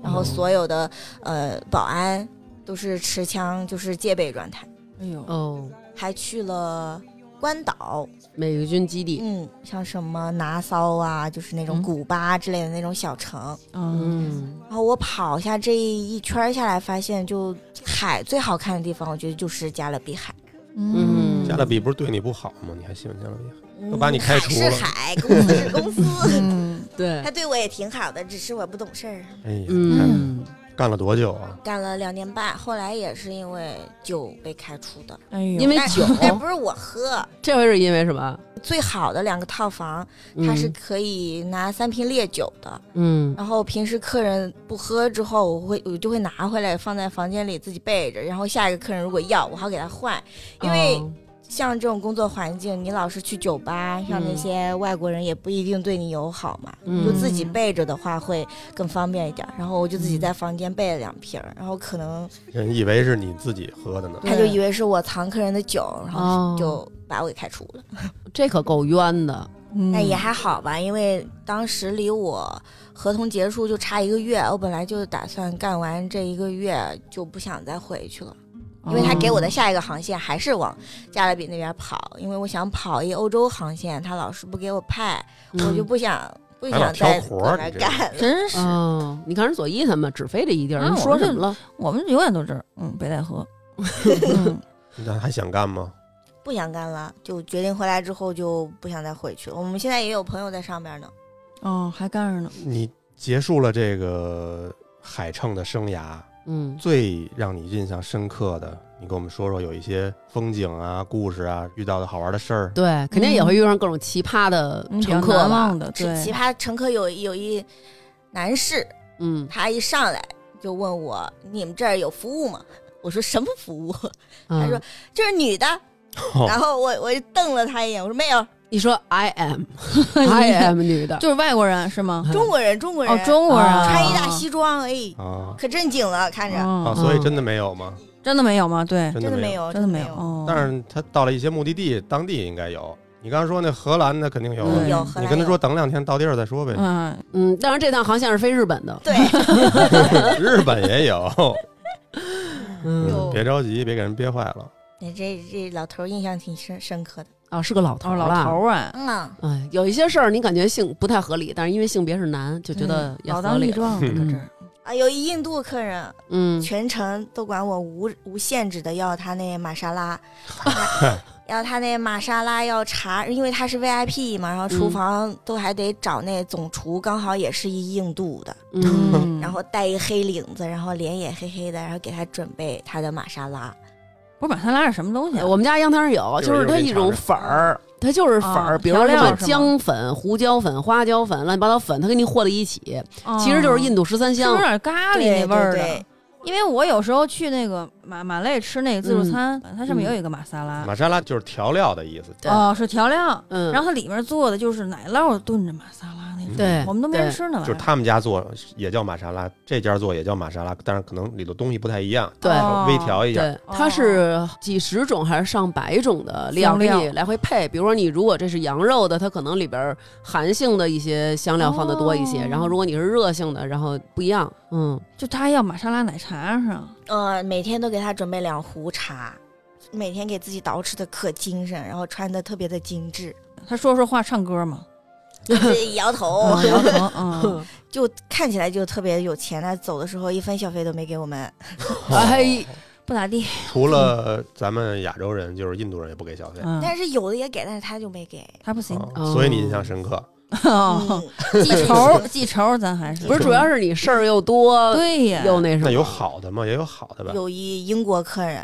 B: 然
D: 哦
B: 后所有的呃保安都是持枪，就是戒备状态，
E: 哎呦，
D: 哦，
B: 还去了。关岛，
D: 美军基地，
B: 嗯，像什么拿骚啊，就是那种
E: 嗯
B: 古巴之类的那种小城。
E: 嗯，
D: 嗯，
B: 然后我跑下这一圈儿下来，发现就海最好看的地方，我觉得就是加勒比海。
D: 嗯
A: 加勒比不是对你不好吗？你还喜欢加勒比？
B: 嗯
A: 把你开除了
B: 海是海，公司是 公司，
E: 嗯，
D: 对
B: 他，对我也挺好的，只是我不懂事儿。
A: 哎呀，
D: 嗯。
A: 干了多久啊？
B: 干了两年半，后来也是因为酒被开除的，
E: 哎呦，
D: 因为
B: 但
D: 酒
B: 但不是我喝。
D: 这回是因为什么？
B: 最好的两个套房，
D: 嗯
B: 它是可以拿三瓶烈酒的。
D: 嗯
B: 然后平时客人不喝之后，我会我就会拿回来放在房间里自己备着。然后下一个客人如果要，我好给他换，因为
D: 哦
B: 像这种工作环境，你老是去酒吧，像那些外国人也不一定对你友好嘛。
D: 嗯嗯
B: 就自己备着的话会更方便一点儿。然后我就自己在房间备了两瓶儿，然后可能
A: 人以为是你自己喝的呢。
B: 他就以为是我藏客人的酒，然
D: 哦
B: 后就把我给开除了。
D: 这可够冤的，
E: 嗯
B: 但也还好吧，因为当时离我合同结束就差一个月，我本来就打算干完这一个月就不想再回去了，
E: 嗯
B: 因为他给
D: 哦
B: 我的下一个航线还是往加勒比那边跑，因为我想跑一欧洲航线，他老是不给我派，我
D: 嗯
B: 就不想不
A: 还老
B: 想再
A: 挑
B: 搁
A: 活儿
B: 那
A: 你
B: 儿
A: 这
B: 干了。
E: 嗯
B: 嗯
E: 真是，
D: 哦，你看人左一他们只飞这一地儿，
E: 啊
D: 人说什么 了？
E: 我们永远都这儿，嗯，北戴河，嗯
A: 那还想干吗？
B: 不想干了，就决定回来之后就不想再回去了。我们现在也有朋友在上边呢，
E: 哦，还干着呢，
A: 你结束了这个海乘的生涯，
D: 嗯
A: 最让你印象深刻的，你跟我们说说有一些风景啊、故事啊，遇到的好玩的事儿。
D: 对，肯定也会遇上各种奇葩的
E: 嗯比较
D: 乘客
E: 难
D: 吧。
E: 忘的，
B: 是
E: 对，
B: 奇葩乘客有有一男士，
D: 嗯，
B: 他一上来就问我：“你们这儿有服务吗？” 我说：“什么服务？”
D: 他
B: 他
E: 嗯
B: 说：“这是女的。”
A: 哦
B: 然后我我就瞪了他一眼，我说：“没有，
D: 一说 I am I am 女的，
E: 就是外国人是吗？
B: 中国人，中国人，
E: 嗯哦，中国人
D: 啊
B: 穿一大西装，哎，
A: 啊
B: 可正经了，看着、
A: 啊，
E: 哦，
A: 所以真的没有吗？
E: 嗯真的没有吗？对，嗯
A: 真
B: 哦真
A: 的
B: 的没
A: 有。
B: 有，
E: 真的
B: 的
E: 没哦
B: 有。
E: 有。
A: 但是他到了一些目的地，当地应该有。你刚才说那荷兰的肯定有啊，
E: 嗯
B: 有荷兰
A: 你跟他
B: 有
A: 说等两天到地儿再 说呗。
E: 嗯，
D: 嗯，当然这趟航线是飞日本的，
B: 对，
A: 日本也有，
D: 嗯
B: 有
A: 别着急，别给人憋坏了。
B: 你这这老头儿印象挺深深刻的。
D: 啊，是个老头
E: 哦，
D: 儿
E: 老
D: 了
E: 头儿啊，
B: 嗯，
D: 哎，有一些事儿你感觉性不太合理，但是因为性别是男，就觉得也
E: 嗯老
D: 合
E: 当益
D: 理。
E: 壮的，可是
B: 啊，有一印度客人，
D: 嗯，
B: 全程都管我无无限制的要他那玛莎拉，要他那玛莎拉要查，因为他是 VIP 嘛，然后厨
D: 嗯
B: 房都还得找那总厨，刚好也是一印度的，
D: 嗯，
B: 然后戴一黑领子，然后脸也黑黑的，然后给他准备他的玛莎拉，
E: 不是马萨拉是什么东西啊？
D: 我们家羊汤有，
A: 一会
D: 就
A: 儿
D: 是它一种粉儿，它就是粉儿，
E: 啊
D: 比如说
E: 调料
D: 像
E: 是吗
D: 姜粉、胡椒粉、花椒粉、乱七八糟粉，它给你和在一起，
E: 哦
D: 其实就是印度十三
E: 是不
D: 香
E: 是有。点咖
B: 对
E: 喱那味儿
B: 对
E: 的
B: 对？
E: 因为我有时候去那个马马累吃那个自助
D: 嗯
E: 餐，它上面有一个马萨拉，
A: 玛莎拉就是调料的意思，
D: 对
E: 哦，是调料，
D: 嗯，
E: 然后它里面做的就是奶酪炖着马萨拉那种，
D: 对，
E: 我们都没人
D: 对。
E: 吃呢吧
A: 就是？他们家做也叫玛莎拉，这家做也叫玛莎拉，但是可能里头东西不太一样，
D: 对哦
A: 然
E: 哦
A: 后微调一下。
D: 对，它是几十种还是上百种的料
E: 香
D: 给
E: 料
D: 你来回配。比如说，你如果这是羊肉的，它可能里边儿寒性的一些香料放的多一些；
E: 哦
D: 然后如果你是热性的，然后不一样。嗯，
E: 就他要玛莎拉奶茶是吧？
B: 呃，每天都给他准备两壶茶，每天给自己捯饬的可精神，然后穿的特别的精致，
E: 他说说话唱歌嘛，
B: 就是摇头
E: 哦，，摇头， 嗯，
B: 就看起来就特别有钱，他走的时候一分小费都没给我们。
D: 哎，
E: 不咋地，
A: 除了咱们亚洲人，就是印度人也不给小费，
E: 嗯，
B: 但是有的也给，但是他就没给。
E: 他不
D: 哦
E: 行，
A: 啊所以你印象深刻。
E: 哦
B: 嗯
E: 记仇记仇，咱还是
D: 不是，主要是你事儿又多，
E: 对呀，
D: 又那什么。
A: 那有好的吗？也有好的吧。
B: 有一英国客人，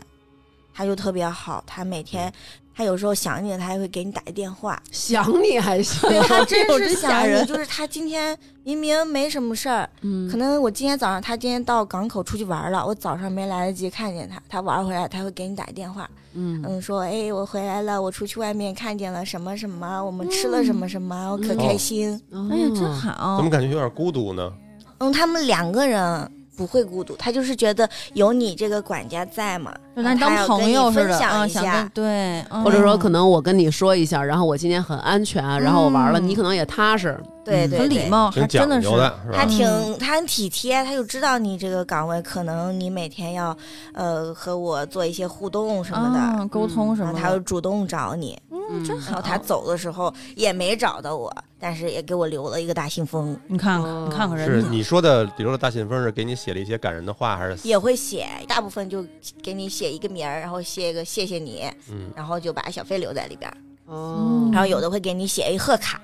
B: 他就特别好，他每天，他有时候想你了，他还会给你打一电话。
D: 想你还行，
B: 对他 真
D: 哎呦
B: 是
D: 吓
B: 想你，就是他今天明明没什么事儿，
D: 嗯
B: 可能我今天早上他今天到港口出去玩了，我早上没来得及看见他，他玩回来他会给你打一电话，
D: 嗯，
B: 嗯，说哎我回来了，我出去外面看见了什么什么，我们吃了什么什么，我可
D: 嗯
B: 开心。
E: 哎呀，真
B: 哦
D: 真好，
A: 怎
E: 好
A: 么，感觉有点孤独呢？
B: 嗯，他们两个人不会孤独，他就是觉得有你这个管家在嘛，嗯
E: 就拿你当
B: 他要跟
E: 朋友
B: 你
E: 似的，
B: 分享
E: 啊，
B: 一
E: 想
B: 下
E: 跟对，嗯
D: 或者说可能我跟你说一下，然后我今天很安全，然后我玩了，
E: 嗯
D: 你可能也踏实，
B: 对对
E: 很
B: 对
E: 礼貌，
A: 挺
E: 哦还
A: 讲
E: 真的是
A: 究的，是
B: 他
A: 吧？
B: 挺他很体贴，他就知道你这个岗位，可能你每天要呃和我做一些互动什么的，
E: 啊，沟通什
B: 然
E: 么
B: 后
E: 的，哦
B: 他就主动找你。
D: 嗯
E: 真
B: 然
E: 好，
B: 后他走的时候也没找到我，但是也给我留了一个大信封，
E: 你看
D: 哦
E: 看，你看看
A: 是
E: 人家，
A: 你说的，比如说大信封是给你写了一些感人的话，还是
B: 也会写，大部分就给你写一个名儿，然后写一个谢谢你，
A: 嗯，
B: 然后就把小费留在里边儿，
D: 哦
B: 然后有的会给你写一贺卡。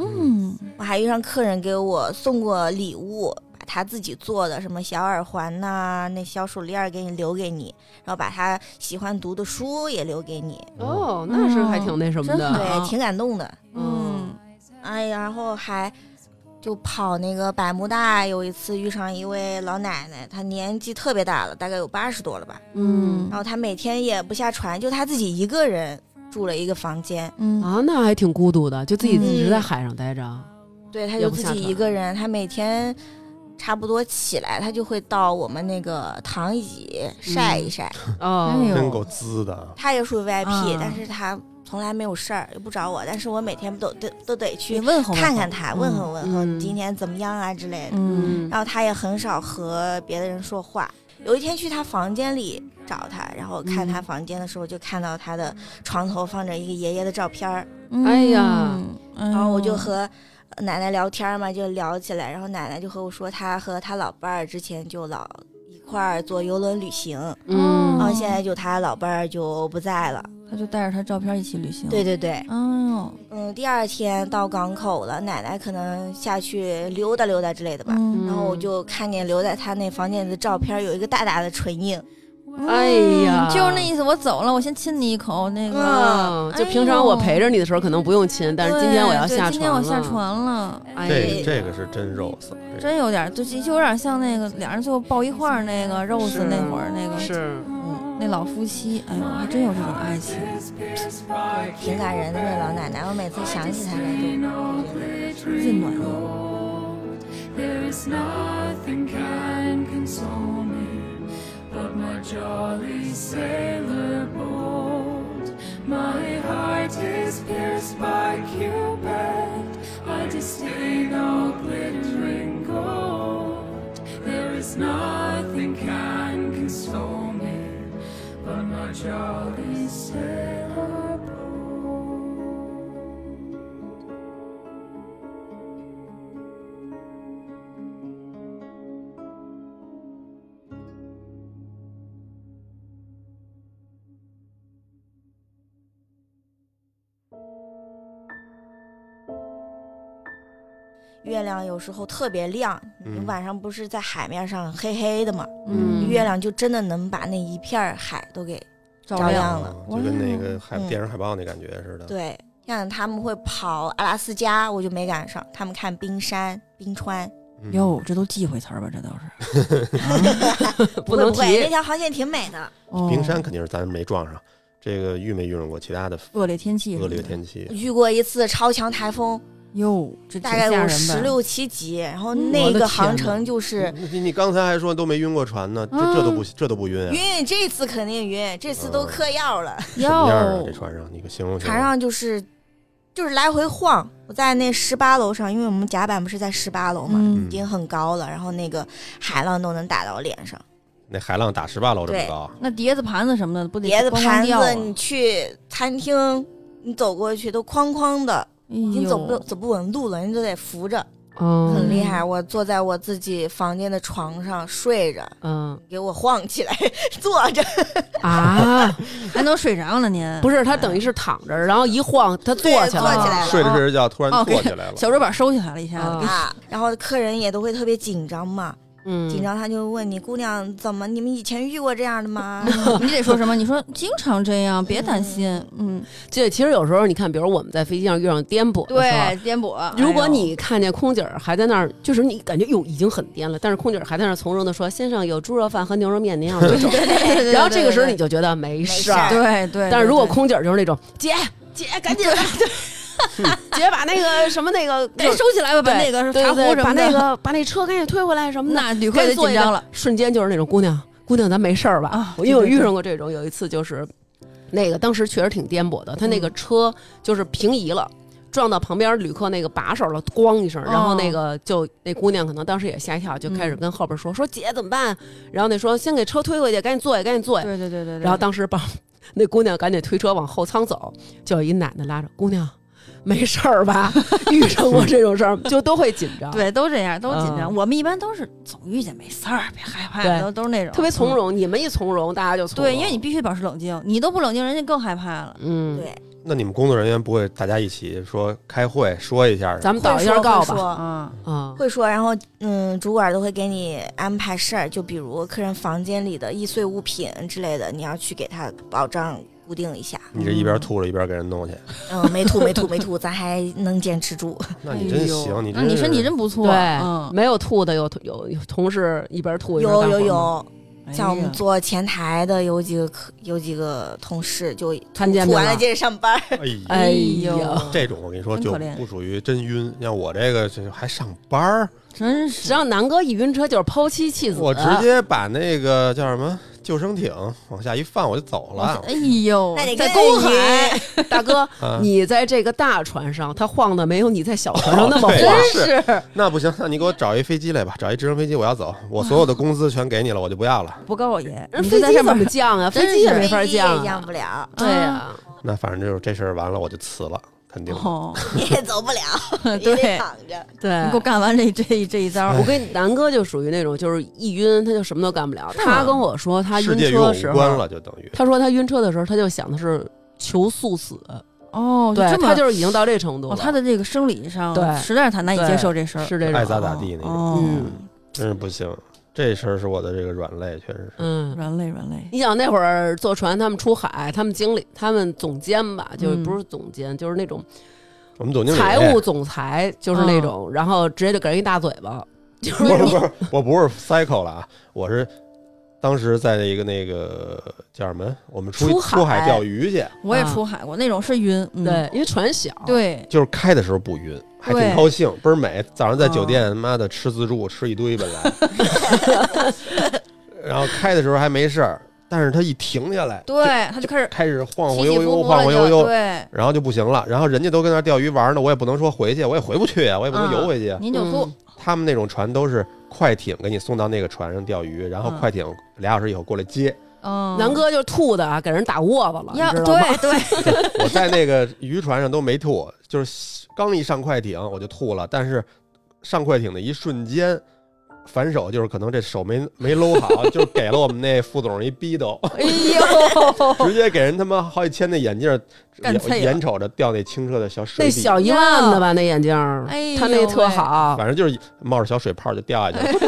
E: 嗯，
B: 我还遇上客人给我送过礼物，把他自己做的什么小耳环呐、那小手链儿给你留给你，然后把他喜欢读的书也留给你，
D: 哦，那是还挺那什么
E: 嗯真好
D: 的，
B: 对，挺感动的。
D: 嗯
E: 嗯，
B: 哎，然后还就跑那个百慕大，有一次遇上一位老奶奶，她年纪特别大了，大概有八十多了吧，
D: 嗯
B: 然后她每天也不下船，就她自己一个人住了一个房间，
E: 嗯，
D: 啊，那还挺孤独的，就自己
B: 嗯
D: 一直在海上待着，
B: 对，她
D: 也
B: 就
D: 不
B: 自
D: 下
B: 己
D: 船
B: 一个人，她每天。差不多起来，她就会到我们那个躺椅
D: 嗯
B: 晒一晒。
E: 哎
D: 哦
E: 呦
A: 嗯真够滋的啊。
B: 她也属于 VIP，、
E: 啊
D: 嗯
B: 但是她从来没有事儿，也不找我。但是我每天都都都得
E: 你
B: 去
E: 问候
B: 看看，她，问候问候，
D: 嗯
B: 你今天怎么样啊之类的。
E: 嗯，
B: 然后他也很少和别的人说话。有一天去他房间里找他，然后看
D: 嗯
B: 他房间的时候，就看到他的床头放着一个爷爷的照片儿，
E: 嗯
D: 哎呀，
E: 然
B: 然后我就和奶奶聊天嘛，就聊起来，然后奶奶就和我说，她和她老伴儿之前就老一块儿做游轮旅行，
E: 啊
B: 然
D: 嗯
B: 后现在就她老伴儿就不在了。
E: 他就带着他照片一起旅行，
B: 对，对对，
E: 哎呦，
B: 嗯，第二天到港口了，奶奶可能下去溜达溜达之类的吧。
E: 嗯
B: 然后我就看见留在她那房间里的照片儿有一个大大的唇印，
D: 哎呀
E: 嗯就是那意思，我走了，我先亲你一口，
B: 嗯
E: 那个，
D: 啊，就平常我陪着你的时候可能不用亲，但是今天我要
E: 哎对
D: 下船了，
E: 今天我下船了，
D: 哎
A: 这
D: 呀
A: 个这个是真肉丝，这个
E: 真有点，就就有点像那个俩人最后抱一块儿那个肉丝
D: 是
E: 那会儿那个，
D: 是，
E: 嗯，那老夫妻，哎呦，还真有这种爱情，
B: 挺感人的那老奶奶，我每次想起她来就就觉得
E: 真暖意。
F: There is nothing can console me but my jolly sailor bold. My heart is Here's my Cupid. I disdain all glittering gold. There is nothing can console me but my jolly sailor bold.
B: 月亮有时候特别亮，你
A: 嗯
B: 晚上不是在海面上黑黑的嘛，
D: 嗯
B: 月亮就真的能把那一片儿海都给
E: 照
B: 照
E: 亮
B: 亮
A: 啊
B: 了。
A: 就跟那个海
B: 嗯
A: 电影海报那感觉似的。
B: 对，像他们会跑阿拉斯加，我就没赶上。他们看冰山、冰川，
A: 嗯，
E: 哟，这都忌讳词儿吧？这都是啊
D: 不
B: 会
D: 能
B: 不会那
D: 提。
B: 条航线挺美的。
E: 哦
A: 冰山肯定是咱没撞上，这个遇没遇上过其他的
E: 恶劣天气，
A: 恶劣。天气？
B: 遇过一次超强台风，
E: 哟，这挺
B: 大概
E: 吓
B: 有
E: 人吧
B: 十六七级，然后
E: 嗯
B: 那
E: 我的
B: 个
E: 天
B: 航
E: 呐
B: 程就是。
A: 你你刚才还说都没晕过船呢，这这
E: 嗯
A: 都不这都不晕啊？
B: 晕，这次肯定晕，这次都
A: 嗯
B: 嗑药了。
A: 什么样啊？
E: 哟
A: 这，船上你给形容形
B: 船
A: 容。
B: 上就是，就是来回晃。我在那十八楼上，因为我们甲板不是在十八楼嘛，
E: 嗯
B: 已经很高了，然后那个海浪都能打到脸上。
A: 那海浪打十八楼这么高，啊
E: 那碟子盘子什么的不得
B: 别的
E: 咣咣
B: 盘
E: 掉啊
B: 子，你去餐厅，你走过去都哐哐的，已经走不
E: 哎呦
B: 走不稳路了，你都得扶着，
D: 嗯
B: 很厉害。我坐在我自己房间的床上睡着，
D: 嗯
B: 给我晃起来， 坐着，
D: 啊，
E: 哎还能睡着呢您？
D: 不是，他等于是躺着，然后一晃，他坐起
B: 对坐起
D: 来
B: 来
D: 了。
B: 了
A: 睡着睡着觉突然坐
E: 哦，给
A: 起来了。
E: 小桌板收起来了一下子
D: 啊。
B: 啊，然后客人也都会特别紧张嘛，
D: 嗯，
B: 紧张他就问你姑娘怎么，你们以前遇过这样的吗？
E: 你得说什么？你说经常这样，别担心。嗯，
D: 这其实有时候你看，比如我们在飞机上遇上颠簸的时候，，
E: 颠簸
D: 啊如果你看见空姐儿还在那儿，就是你感觉哟已经很颠了，但是空姐儿还在那儿从容的说：“先生，有猪肉饭和牛肉面，您要哪种？”然后这个时候你就觉得没事
B: 没
D: 儿
B: 事。
E: 哎对对，
D: 但是如果
E: 对
D: 空姐儿就是那种姐姐赶紧的， 姐把那个什么那个
E: 对赶紧哎收起来吧，把那个
D: 对
E: 茶
D: 对对
E: 壶什
D: 把
E: 么
D: 那
E: 的，
D: 个嗯把那车赶紧推回来什么的。
E: 那旅客就紧张了。，
D: 瞬间就是那种姑娘，姑娘咱没事儿吧？
E: 啊
D: 我因为我
E: 对对
D: 遇
E: 对
D: 上过这种，有一次就是那个当时确实挺颠簸的，他
E: 嗯
D: 那个车就是平移了。撞到旁边旅客那个把手了，咣一声，然后
E: 哦
D: 那个就那姑娘可能当时也吓一跳，就开始
E: 嗯
D: 跟后边说、说姐怎么办？然后那说先给车推回去，赶紧坐下，赶紧坐下。
E: 对对对对对。
D: 然后当时把那姑娘赶紧推车往后舱走，就有一奶奶拉着姑娘，没事儿吧？ 遇上过这种事儿就都会紧张，
E: 对，都这样，都紧张。
D: 嗯
E: 我们一般都是总遇见没事儿，别害
D: 对
E: 怕，都都是那种
D: 特别从
E: 嗯
D: 容。你们一从容，大家就从容。
E: 对，因为你必须保持冷静，你都不冷静，人家更害怕了。
D: 嗯，
B: 对
A: 那你们工作人员不会大家一起说开会说一下？
D: 咱们
B: 会
D: 导一下
B: 说
D: 告
B: 会
D: 吧。
B: 说
E: 啊，
D: 啊，
B: 会说，然后嗯，主管都会给你安排事儿，就比如客人房间里的易碎物品之类的，你要去给他保障固定一下。
A: 你这一边吐了一边给人弄去，
B: 嗯，没吐没吐没吐，咱还能坚持住。
A: 那你真行，你真
E: 那哎哦你
A: 是
E: 身体真不错。
D: 对，
E: 嗯，
D: 没有吐的，有有有同事一边吐一边
B: 有
D: 干
B: 有
D: 活吗，
B: 有，
E: 哎
B: 像我们
E: 呀
B: 做前台的有几个客，有几个同事就
D: 看见
B: 吐
D: 没
B: 完了
D: 有？
B: 接着上班。
A: 哎呀
D: 哎
E: 哎
D: 呦，
E: 呦
A: 这种我跟你说
E: 真
A: 就
E: 可怜
A: 不属于真晕，像我这个这还上班儿，
E: 真
D: 只
E: 是
D: 要南哥一晕车就是抛妻弃子，呃
A: 我直接把那个叫什么救生艇往下一放，我就走了。
E: 哎呦，
B: 那得
D: 在
B: 跟
D: 公
B: 你
D: 海， 大哥，
A: 啊，
D: 你在这个大船上，他晃的没有你在小船 上那么
A: 哦对
D: 晃，
A: 是那不行，那你给我找一飞机来吧，找一直升飞机，我要走，我所有的工资全给你了，我就不要了。
E: 不够爷，
D: 人
E: 你
D: 飞
E: 就在
D: 机
E: 这
D: 怎么
E: 边
D: 降啊？
E: 真
D: 飞
E: 是
D: 机也没法
B: 飞机也
D: 啊
B: 降，不了，
D: 对呀，
A: 那反正就是这事儿完了，我就辞了，肯定。
E: 哦，
B: 你也走不了，你
E: 对
B: 得躺着。
D: 对
A: 哎
E: 你给我干完这这这一招
D: 我，跟南哥就属于那种，就是一晕他就什么都干不了。他跟我说他
A: 世
D: 晕
A: 界与
D: 车
A: 我
D: 的时
A: 无关
D: 候，
A: 了，就等于。
D: 他说他晕车的时候，他就想的是求速死，
E: 哦，
D: 对
E: 这么
D: 他就是已经到这程度
E: 哦，
D: 了。
E: 他的这个生理上
D: 对
E: 实在是他难以
D: 对
E: 接受这事儿，
D: 是这
A: 爱
D: 种，
A: 咋咋地那种，
E: 哦，
D: 嗯
A: 真是不行。这事儿是我的这个软肋，确实是。
D: 嗯。
E: 软肋软肋，
D: 你想那会儿坐船，他们出海，他们经理，他们总监吧，就是
E: 嗯
D: 不是总监，就是那种
A: 我们总经理哎
D: 财务总裁，就是
E: 嗯
D: 那种，然后直接就给人一大嘴巴，就是
A: 不是
D: 那种
A: 不是，我不是 cycle 了啊，我是当时在一个那个叫什么，我们出
D: 出海
A: 出海钓鱼去，
E: 我也
D: 啊
E: 出海过，那种是晕，嗯
D: 对，因为船小，
E: 对，
A: 就是开的时候不晕，还挺
E: 对
A: 高兴，倍儿美。早上在酒
E: 哦
A: 店，妈的 吃自助吃一堆本来，然后开的时候还没事儿，但是它一停下来，
E: 对，他就开始
A: 开始晃
E: 起
A: 晃
E: 起
A: 悠
E: 伏
A: 悠，
E: 伏
A: 晃
E: 了
A: 晃
E: 就，
A: 悠悠，
E: 对，
A: 然后就不行了。然后人家都跟那儿钓鱼玩呢，我也不能说回去，我也回不去啊，我也不能
E: 嗯
A: 游回去啊。
E: 您就坐
D: 嗯，
A: 他们那种船都是快艇给你送到那个船上钓鱼，然后
E: 嗯
A: 快艇俩小时以后过来接。
E: 嗯，
D: 南哥就是吐的啊，给人打窝子了，你
E: 要
D: 知道吗？
E: 对 对，
A: 我在那个渔船上都没吐，就是刚一上快艇我就吐了，但是上快艇的一瞬间。反手就是可能这手没没搂好，就给了我们那副总一逼斗，
E: 哎呦，
A: 直接给人他妈好几千那眼镜儿，
E: 干脆了
A: 眼眼瞅着掉那清澈的小水
D: 那
A: 里，
D: 小一万的吧，那眼镜儿，
E: 哎
D: 他那
E: 呦
D: 特
E: 喂
D: 好。
A: 反正就是冒着小水泡就掉下去了。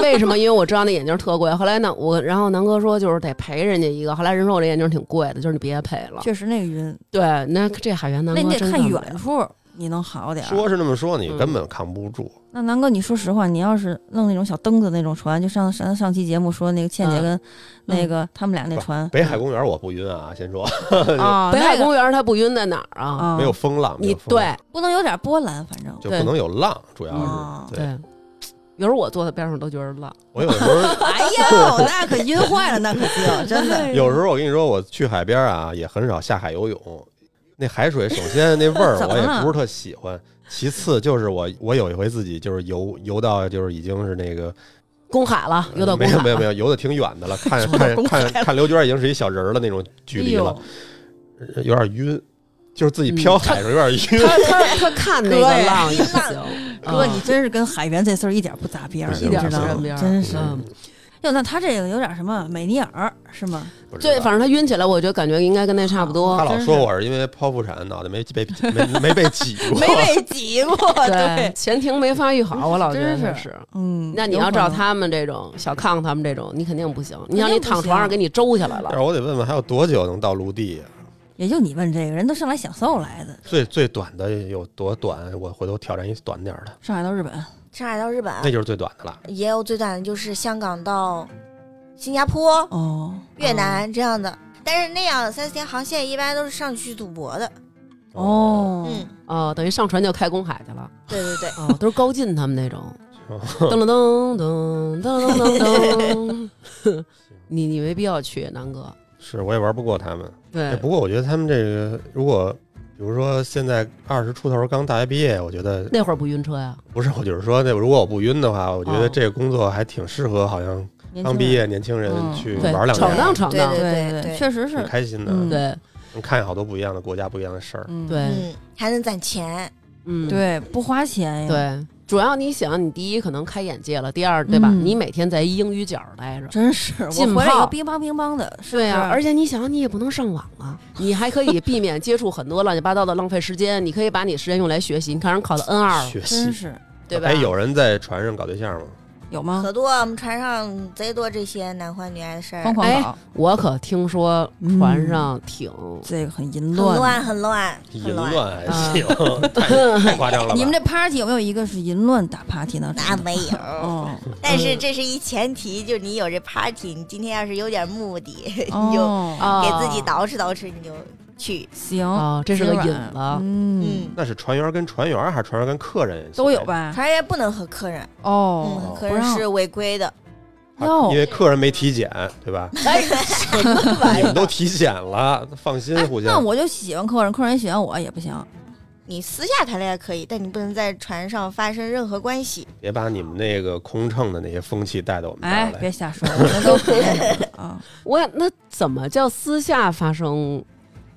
D: 为什么？因为我知道那眼镜儿特贵。后来呢，我然后南哥说就是得赔人家一个。后来人说我这眼镜儿挺贵的，就是你别赔了。
E: 确实那个晕，
D: 对，那这海员南
E: 那
D: 哥
E: 你得
D: 真
E: 看
D: 不了
E: 远处，你能好点儿。
A: 说是那么说，你
D: 嗯
A: 根本扛不住。
E: 那南哥，你说实话，你要是弄那种小凳子那种船，就上上上期节目说那个倩姐
D: 嗯
E: 跟那个他们俩那船
A: 北海公园我不晕啊，先说
E: 啊，
D: 北海
E: 那个
D: 公园它不晕在哪儿啊？
E: 啊
A: 没有风浪，没
D: 你
A: 有风浪
D: 对
E: 不能有点波澜，反正
A: 就
D: 对
A: 不能有浪，主要
E: 哦
A: 是。对，
D: 对，有时候我坐在边上都觉得浪。
A: 我有时候
E: 哎呦， 那可晕坏了，那可 就真的
A: 有时候我跟你说，我去海边啊，也很少下海游泳。那海水首先那味 儿
E: 怎么
A: 我也
E: 了
A: 不是特喜欢，其次就是我我有一回自己就是游游到就是已经是那个
D: 公海了，游到
A: 嗯没有
D: 公海了。
A: 没有没有游的挺远 的了，看
D: 游到
A: 看
D: 公海
A: 看看刘娟已经是一小人儿的那种距离了，
D: 哎
A: 有点晕，就是自己
D: 嗯
A: 飘海上有 点晕。
D: 他他他看那
E: 哥
D: 个
E: 呀
D: 浪也不行，
E: 哎哥，
D: 啊
E: 你真是跟海员这事儿一点不搭边儿，
A: 不行
E: 你
A: 不
E: 知
A: 行
E: 道
A: 不
D: 行
E: 吗？真是。
D: 嗯
E: 哟，那他这个有点什么美尼尔是吗？
A: 不知道
D: 对，反正他晕起来，我觉得感觉应该跟那差不多
A: 他。老
E: 真是
A: 说我是因为剖腹产，脑袋没被没没被 挤过，
E: 没 被挤过，
D: 对，，前庭没发育好，我老觉得
E: 真是
D: 他是。
E: 嗯，
D: 那你要
E: 有可
D: 照，
E: 能
D: 他们这种小康他们这种，你肯定不行。你想
E: 肯
D: 你
E: 定不
D: 躺床上
E: 行
D: 给你周起来
A: 但
D: 了
A: 是，我得问问还有多久能到陆地啊？
E: 也就你问这个人都上来享受来的，
A: 最最短的有多短？我回头挑战一短点儿的，
E: 上海到日本，
B: 上海到日本啊
A: 那就是最短的了。
B: 也有最短的就是香港到新加坡、
E: 哦，
B: 越南这样的，但是那样三四天航线一般都是上去赌博的。
E: 哦，
B: 嗯，
D: 哦，等于上船就开公海去了。
B: 对对对，
D: 哦，都是高进他们那种，
A: 哦，
D: 噔了噔噔噔噔噔 噔。你你没必要去，南哥。
A: 是我也玩不过他们。哎
D: 对，
A: 不过我觉得他们这个，如果比如说现在二十出头刚大学毕业，我觉得
D: 那会儿不晕车呀？
A: 不是，我就是说那如果我不晕的话，我觉得
D: 哦
A: 这个工作还挺适合好像
E: 年轻
A: 刚
E: 人
A: 毕，业年轻人
E: 嗯
A: 去
D: 对
A: 玩，两
D: 闯荡
A: 年，
D: 闯
B: 对
D: 荡。
E: 对
B: 对
E: 对，
B: 对
E: 确实是
A: 挺，开心的，
E: 嗯
D: 对
A: 能看好多不一样的国家、不一样的事儿。
E: 嗯
D: 对
B: 嗯，还能攒钱。
D: 嗯，
E: 对，不花钱呀，，
D: 对，主要你想，你第一可能开眼界了，第二对吧？
E: 嗯
D: 你每天在一英语角儿待着。
E: 真是啊
D: 浸
E: 我回来以
D: 泡
E: 后乒乓乒乓的，是
D: 对
E: 呀
D: 啊，，而且你想，你也不能上网啊，你还可以避免接触很多乱七八糟的浪费时间，你可以把你时间用来学习。你看人考的 N 二，
A: 学习，
E: 真是
D: 对吧？
A: 哎，有人在船上搞对象吗？
E: 有吗？
B: 可多，我们船上贼多这些男欢女爱的事儿，
E: 疯
B: 很
E: 狂
D: 哎嗯
E: 搞，
D: 我可听说
E: 嗯
D: 船上 挺、
E: 这个很淫乱。
B: 乱很乱
A: 淫
B: 很乱。
A: 乱还行， 太太夸张了吧？
E: 嗯你们这 party 有没有一个是淫乱打 party 呢？
B: 那没有，
E: 哦
B: 但是这是一前提，就是你有这 party，你今天要是有点目的， 你就
E: 哦，
D: 啊
B: 给自己捯饬捯饬，你就去。
E: 行
D: 哦，这是个
E: 今
D: 瘾
E: 晚
D: 了。
E: 嗯，
B: 嗯，
A: 那是船员跟船员，还是船员跟客人
E: 都有？吧？
B: 船员不能和客人，
E: 哦
B: 嗯，，
E: 不
B: 客人
E: 让哎
B: 是违规的。
E: 哟
A: 啊因为客人没体检，对吧？
D: 哎，什么玩
A: 你
D: 意
A: 们
D: 儿？
A: 都体检了，放心
E: 哎，
A: 互
E: 那
A: 相。
E: 我就喜欢客人，客人也喜欢我也不行。
B: 你私下谈恋爱可以，但你不能在船上发生任何关系。
A: 别把你们那个空乘的那些风气带到我们这
E: 哎
A: 儿，来。
E: 别瞎说，那都不 对啊。
D: 我那怎么叫私下发生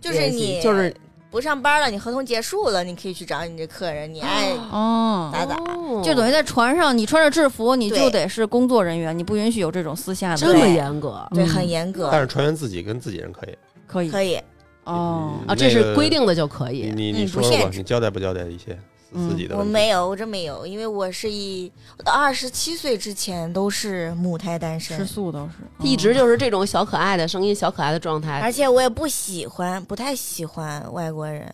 B: 就是
D: 联系
B: 你
D: 就是
B: 不上班了，你合同结束了，你可以去找你这客人，你爱
E: 哦，
B: 咋咋。
D: 哦
E: 就等于在船上，你穿着制服，你就
B: 对
E: 得是工作人员，你不允许有这种私下的。
D: 这么严格啊
B: 对，
E: 嗯
B: 很严格
A: 但，是船员自己跟自己人可以。
E: 可以
B: 可以。
E: 哦
A: 嗯
D: 啊？这
A: 那
D: 是
A: 个
D: 规定的就可
A: 你
D: 以。
A: 你
B: 嗯
A: 你说
B: 不
A: 说
B: 限
A: 吧，
B: 制
A: 你交代不交代一些
E: 嗯
A: 自己的
B: 我
A: 问题？
B: 没有，我真没有，因为我是一我到二十七岁之前都是母胎单
E: 吃
B: 身，
E: 素都是，嗯
D: 一直就是这种小可爱的声音、小可爱的状态
B: 而，且我也不喜欢，不太喜欢外国人，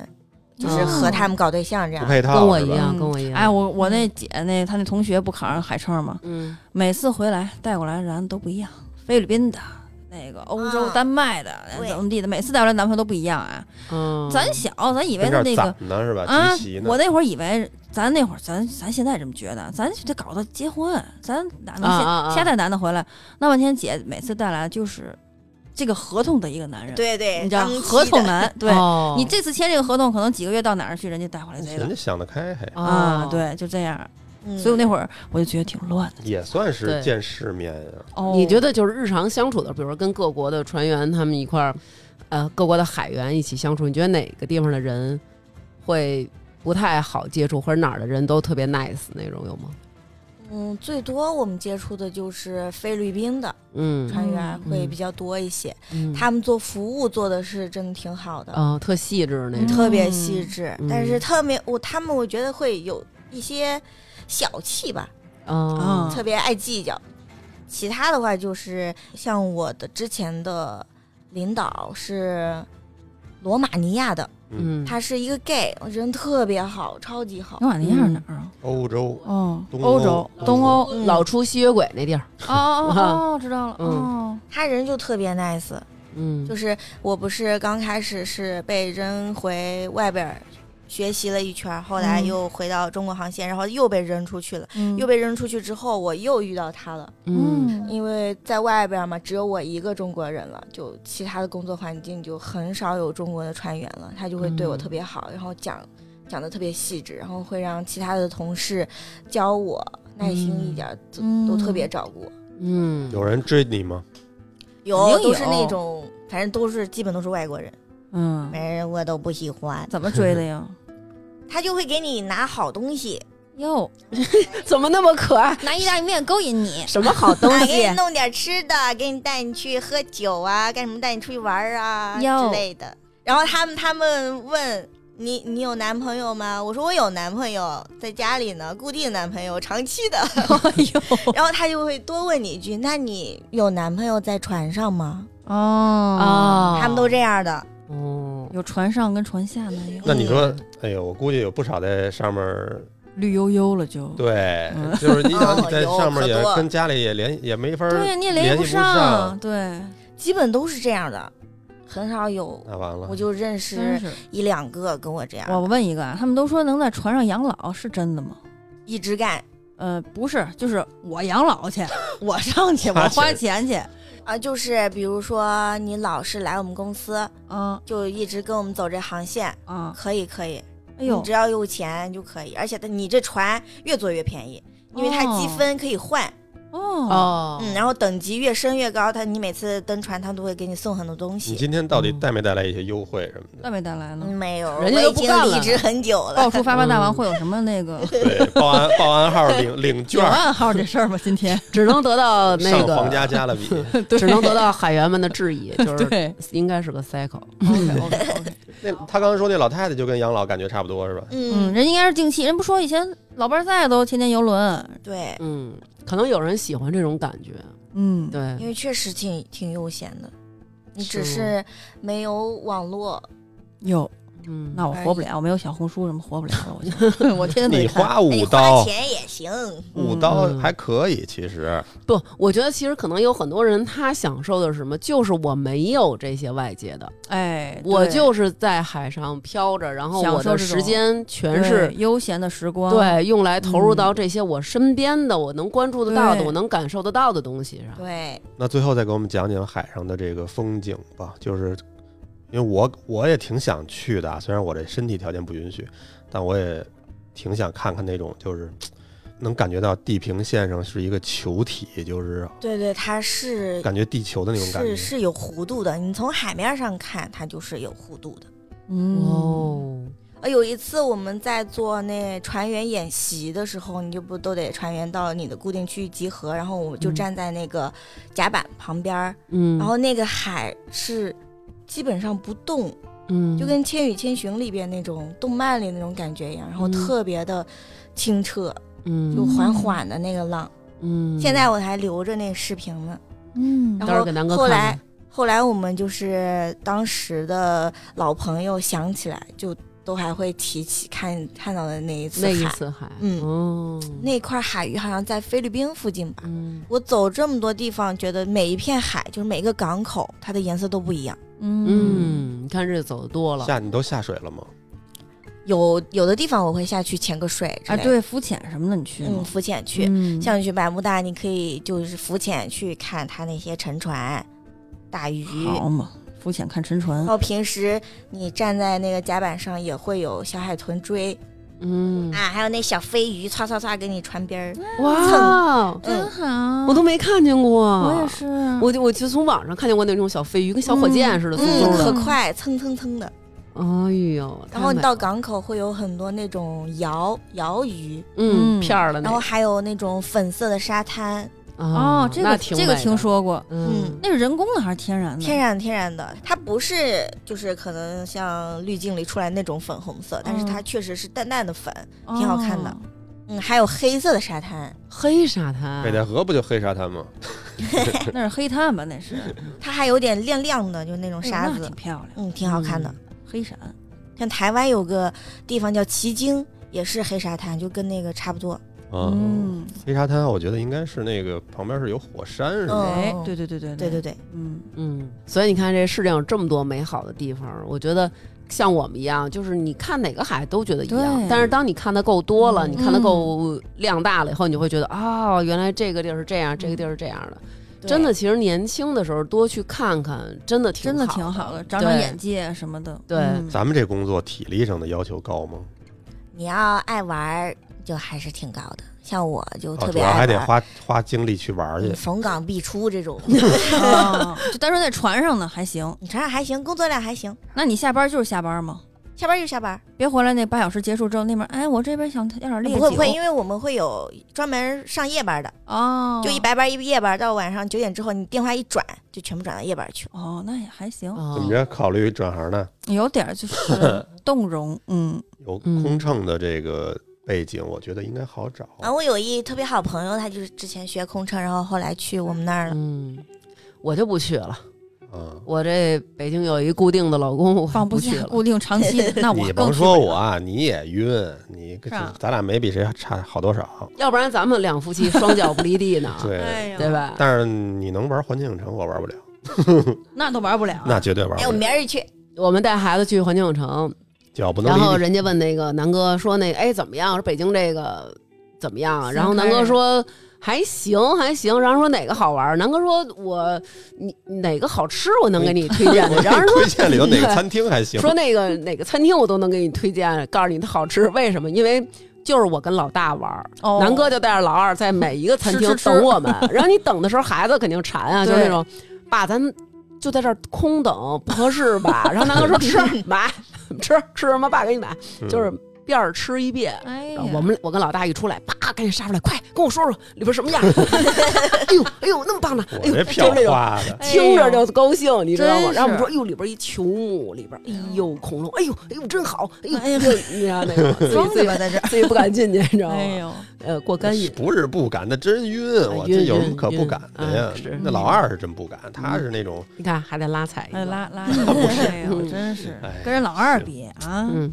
B: 就是
D: 哦
B: 和他们搞对象这
A: 不
B: 样。
A: 配套，
D: 跟我
A: 是
D: 一
A: 吧
D: 样，
E: 嗯
D: 跟我一样。
E: 哎，我我那姐那她那同学不考上海称吗？
D: 嗯，
E: 每次回来带过来的人都不一样，菲律宾的。那个欧洲、
B: 啊
E: 丹麦的
B: 对
E: 怎么地的，每次带回来男朋友都不一样啊。
D: 嗯，
E: 咱小，咱以为
A: 跟这
E: 他
A: 儿
E: 那个
A: 攒呢是吧？
E: 啊
A: 集齐，呢
E: 我。那会儿以为咱那会儿咱咱现在这么觉得，咱就得搞到结婚，咱哪能
D: 啊啊啊
E: 瞎瞎带男的回来？那半天姐每次带来就是这个合同的一个男人。，
B: 对对，
E: 你知道
B: 当期
E: 合同
B: 的
E: 男，对、
D: 哦
E: 你这次签这个合同，可能几个月到哪儿去，人家带回来这
A: 人家
E: 个
A: 想得开，还
E: 啊
D: 哦，，
E: 对，就这样。
B: 嗯
E: 所以我那会儿我就觉得挺乱的。
A: 也算
D: 对
A: 是见世面啊呀。
E: 哦
D: 你觉得就是日常相处的，比如说跟各国的船员他们一块儿，呃，各国的海员一起相处，你觉得哪个地方的人会不太好接触，或者哪儿的人都特别 nice 那种有吗？
B: 嗯，最多我们接触的就是菲律宾的
D: 嗯，
B: 船员
D: 嗯
B: 会
D: 嗯
B: 比较多一些，
D: 嗯
B: 他们做服务做的是真的挺好的，
D: 哦，特细致那种，
B: 特别细致，
D: 嗯
B: 但是特别我他们我觉得会有一些小气吧，
D: 哦，
B: 特别爱计较。其他的话就是像我的之前的领导是罗马尼亚的，
D: 嗯，哦
B: 他是一个 gay，人特别好，超级好。
E: 罗马尼亚是哪儿啊？
A: 欧洲、
E: 哦，
A: 东
E: 欧洲、东欧。
B: 嗯
D: 老出吸血鬼那地儿，
E: 哦哦哦，知道了。
D: 嗯
E: 哦，
B: 他人就特别 nice，
D: 嗯，
B: 就是我不是刚开始是被扔回外边儿学习了一圈儿，后来
E: 嗯
B: 又回到中国航线，然后又被扔出去了。
E: 嗯
B: 又被扔出去之后，我又遇到他了，
D: 嗯，
B: 因为在外边儿嘛，只有我一个中国人了，就其他的工作环境就很少有中国的船员了，他就会对
D: 嗯
B: 我特别好，然后讲讲的特别细致，然后会让其他的同事教我耐心一点儿，都、都特别照顾我。
D: 嗯，
A: 有人追你吗？
E: 嗯
B: 有
E: 肯定
B: 都是那
E: 有
B: 种，反正都是基本都是外国人，
E: 嗯，
B: 人我都不喜欢。
E: 怎么追的呀？
B: 他就会给你拿好东西，
E: 哟，
D: 怎么那么可爱？
E: 拿意大利面勾引 你，
D: 什么好东
B: 啊，给
D: 西
B: 你？弄点吃的，给你带你去喝酒啊，干什么带你出去玩儿啊
E: 哟
B: 之类的。然后他们他们问你你有男朋友吗？我说我有男朋友，在家里呢，固定男朋友，长期 的。
D: 哎 呦，
B: 然后他就会多问你一句：那你有男朋友在船上吗？
E: 哦
D: 哎
B: 他们都这样的。
D: 哦，
E: 有船上跟船下男友，
A: 那你说，哎呦，我估计有不少在上面，
E: 绿油油了就。
A: 对
E: 嗯，
A: 就是你想
B: 哦
A: 你在上面
B: 有可
A: 也
B: 多
A: 跟家里也联也没法儿
E: 对呀，你也
A: 联
E: 系
A: 系
E: 不
A: 不上，
E: 对，
B: 基本都是这样的，很少有，
A: 那完了
B: 我，就认
E: 真
B: 识
E: 是。
B: 一两个跟我这样
E: 嗯我我问一个啊，他们都说能在船上养老是真的吗？
B: 一直干
E: 呃，不是，就是我养老 去，我上 去，我花钱去。
B: 啊，就是比如说你老是来我们公司，
E: 啊
B: 就一直跟我们走这航线，
E: 啊，
B: 可以可以，
E: 哎呦
B: 你只，要有钱就可以，而且它你这船越做越便宜，因为它积分可以换，
E: 哦，
D: 哦，
B: 嗯，然后等级越升越高，它你每次登船它都会给你送很多东
A: 你
B: 西。
A: 今天到底带没带来一些优惠什么的？
E: 带没带来呢？
B: 嗯没有，
D: 人家
B: 我
D: 都
B: 已
D: 不
B: 经
D: 干了哦
B: 离职很久了。
E: 爆出发发大
A: 嗯
E: 王会有什么 那个
A: 对，报完报完号 领领
E: 九
A: 券儿，
E: 万号这事儿吗？今天
D: 只能得
B: 啊
D: 到那
A: 上
D: 个
A: 皇家加勒 比，
D: 只能得到海员们的质疑，就是
E: 对
D: 应该是个 cycle。
E: ，OK OK OK，
A: 那他刚刚说那老太太就跟养老感觉差不多是吧？
B: 嗯，
E: 嗯，人应该是定期，人不说以前老伴儿在都天天游轮，
B: 对，
D: 嗯，可能有人喜欢这种感觉，
E: 嗯，
B: 因
D: 对，
B: 为确实挺挺悠闲的，你只
D: 是
B: 是没有网络，
E: 哟，
D: 嗯，
E: 那我活不了，我没有小红书什么活不了了，我 就我天天
A: 你
E: 得看。
A: 花五
B: 哎你花
A: 刀，
B: 钱嗯也行。
A: 五刀
D: 嗯
A: 还可以，其实
D: 不，我觉得其实可能有很多人他享受的是什么，就是我没有这些外界的，
E: 哎，
D: 我
E: 对
D: 就是在海上漂着，然后
E: 享
D: 我
E: 受
D: 的
E: 这
D: 时
E: 种
D: 间全
E: 对
D: 是。
E: 悠闲的时光，，
D: 对，用来投入
E: 嗯
D: 到这些我身边的、我能关注得到的、
E: 对
D: 我能感受得到的东西上。
B: 对，
A: 那最后再给我们讲讲海上的这个风景吧，就是因为我我也挺想去的啊，虽然我这身体条件不允许，但我也挺想看看那种就是能感觉到地平线上是一个球体，就是
B: 对对，它是
A: 感觉地球的那种感
B: 呃
A: 觉。
B: 是是有弧度的，你从海面上看它就是有弧度的。
E: 嗯，
D: 哦，
B: 呃，有一次我们在做那船员演习的时候，你就不都得船员到你的固定区域集合，然后我就
D: 嗯
B: 站在那个甲板旁边儿，
D: 嗯，
B: 然后那个海是基本上不动，
D: 嗯，
B: 就跟《千与千寻》里边那种动漫里那种感觉一样，然后
D: 嗯
B: 特别的清澈，就
D: 嗯
B: 缓缓的那个浪。
D: 嗯，
B: 现在我还留着那个视频呢。
E: 嗯
D: 待
B: 然
D: 会儿
B: 后
D: 给南哥
B: 后
D: 看
B: 来
D: 看。
B: 后来我们就是当时的老朋友想起来，就都还会提起看看到的那一次
D: 那
B: 海。
D: 一次海，
B: 嗯
D: 哦，
B: 那块海域好像在菲律宾附近吧。
D: 嗯
B: 我走这么多地方，觉得每一片海，就是每个港口，它的颜色都不一样。
E: 嗯，
D: 嗯，你看这走的多了，
A: 下你都下水了吗？
B: 有有的地方我会下去潜个水之
E: 哎，
B: 类的，
E: 对，浮潜什么的你去
B: 嗯，
E: 吗？
B: 浮潜去。
E: 嗯
B: 像去百慕大，你可以就是浮潜去看它那些沉船，打鱼。
E: 好嘛，浮潜看沉船
B: 然，后平时你站在那个甲板上也会有小海豚追
D: 嗯，
B: 啊，还有那小飞鱼唰唰唰给你传边儿，
D: 哇，
B: 嗯，
E: 好
D: 我都没看见过，
E: 我也是，
D: 我就我就从网上看见过那种小飞鱼，跟小火箭似的，嗖
B: 嗯，
D: 嗖的
B: 可。快，蹭蹭蹭的。
D: 哎呦，
B: 然后
D: 太
B: 你
D: 美
B: 到港口会有很多那种摇摇鱼，
D: 嗯
E: 嗯
D: 片儿了那个
B: 然后，还有那种粉色的沙滩，
E: 哦，这
D: 那
E: 个
D: 挺
E: 这个
D: 美的
E: 听，说过，
D: 嗯
B: 嗯，
E: 那是人工的还是天然
A: 嗯
E: 的？
B: 天然天然的，它不是就是可能像滤镜里出来那种粉红色，
A: 嗯
B: 但是它确实是淡淡的粉，
E: 哦
B: 挺好看的。嗯，还有黑色的沙滩，
D: 黑沙滩
A: 北，戴河不就黑沙滩吗？
E: 那是黑炭吧？那是
A: 嗯
B: 它还有点亮亮的，就那种
E: 哎
B: 沙
E: 呦那
B: 子
E: 挺，漂亮，
B: 嗯，挺好看的。
E: 黑闪。
B: 像台湾有个地方叫旗津，也是黑沙滩，就跟那个差不多。
A: 啊，
E: 嗯，
A: 黑沙滩我觉得应该是那个旁边是有火山是吗？
B: 嗯
E: 哎
B: 哦，
E: 对对对对
B: 对对，对，
E: 嗯，
D: 嗯，所以你看这世界上有这么多美好的地方，我觉得。像我们一样，就是你看哪个海都觉得一样，
E: 对
D: 但是当你看的够多了，
E: 嗯
D: 你看的够量大了以后，你就会觉得啊、原来这个地儿是这样，这个地儿是这样的。
E: 嗯
B: 对
D: 真的，其实年轻的时候多去看看，真的挺
E: 真的
D: 好
E: 挺
D: 的
E: 好的，长长
D: 对
E: 眼界什么的。
D: 对
E: 嗯
A: 咱们这工作体力上的要求高吗？
B: 你要爱玩儿，就还是挺高的。像我就
A: 哦，
B: 特
A: 主
B: 别
A: 要
B: 爱玩儿，
A: 还得花花精力去玩去
B: 嗯。逢港必出这种。
E: 啊就单说在船上呢还行，
B: 你船上还行，工作量还行，
E: 那你下班就是下班吗？
B: 下班就下班。
E: 别回来那八小时结束之后，那边哎，我这边想要点烈
B: 不
E: 酒，
B: 会不会，因为我们会有专门上夜班的，
E: 哦，
B: 就一白班一夜班，到晚上九点之后，你电话一转，就全部转到夜班去了。
E: 哦，那也还行，
D: 哦
A: 怎么着考虑转行呢？
E: 有点儿就是 动容，嗯，
A: 有
D: 嗯
A: 空乘的这个背景，我觉得应该好找。
B: 啊，我有一特别好朋友，他就是之前学空乘，然后后来去我们那儿了。
D: 嗯，我就不去了。
A: 嗯，
D: 我这北京有一固定的老公，我
E: 放
D: 不去
E: 下，
D: 了。
E: 固定长期 的，那我
A: 你
E: 更
A: 甭
E: 去
A: 说
E: 不了
A: 我，啊，你也晕，你
E: 是啊
A: 咱俩没比谁差好多少。，
D: 要不然咱们两夫妻双脚不离地呢
A: 对，
E: 哎呀，
D: 对？吧？
A: 但是你能玩环球影城，我玩不了，
E: 那都玩不了，
A: 那绝对玩
B: 哎，我
A: 不了。
B: 明儿就去，
D: 我们带孩子去环球影城，
A: 脚不能
D: 然后
A: 离地。
D: 人家问那个南哥说那个哎怎么样？说北京这个怎么样？啊
E: 新
D: 然后南
E: 开
D: 哥
E: 的
D: 说还行还行，然后说哪个好玩？南哥说我你哪个好吃我能给你推荐的，然后人说
A: 推荐里头哪 个餐厅还行？
D: 说那个哪个餐厅我都能给你推荐，告诉你它好吃，为什么？因为。就是我跟老大玩儿，
E: 哦
D: 南哥就带着老二在每一个餐厅
E: 吃吃吃
D: 等我们。 然后你等的时候，孩子肯定馋啊，就
E: 对
D: 是那种，爸，咱就在这儿空等不合适吧？ 然后南哥说 吃买吃吃什么？爸给你买，
A: 嗯
D: 就是遍儿吃一遍。
E: 哎呀
D: 然后，我们我跟老大一出来，啪，赶紧杀出来，快跟我说说里边什么 样？哎呦哎呦，那么棒呢！
A: 我
D: 哎呦，
A: 这
D: 就
A: 票
D: 是那种
A: 花的，
E: 哎
D: 听着就高兴，你知道吗？
E: 真是
D: 然后我们说，哎呦，里边一球幕，里边哎呦恐龙，哎呦哎呦真好，哎呦哎呦，你知道那个自己
E: 装
D: 自
E: 着
D: 己
E: 吧在这儿，
D: 自己不敢进去，你知道 吗？
E: 哎呦，
D: 呃，过 干瘾。啊
A: 不是不敢，那真晕。我
D: 晕
A: 这有什么
D: 晕
A: 可不
D: 晕
A: 敢的呀
D: 哎是？嗯
A: 那老二是真不敢，他是那种
D: 你看还得拉踩一
E: 哎
D: 个，
E: 拉拉，哎呦，
D: 嗯
E: 真是
A: 哎
E: 跟人老二比啊，
D: 嗯，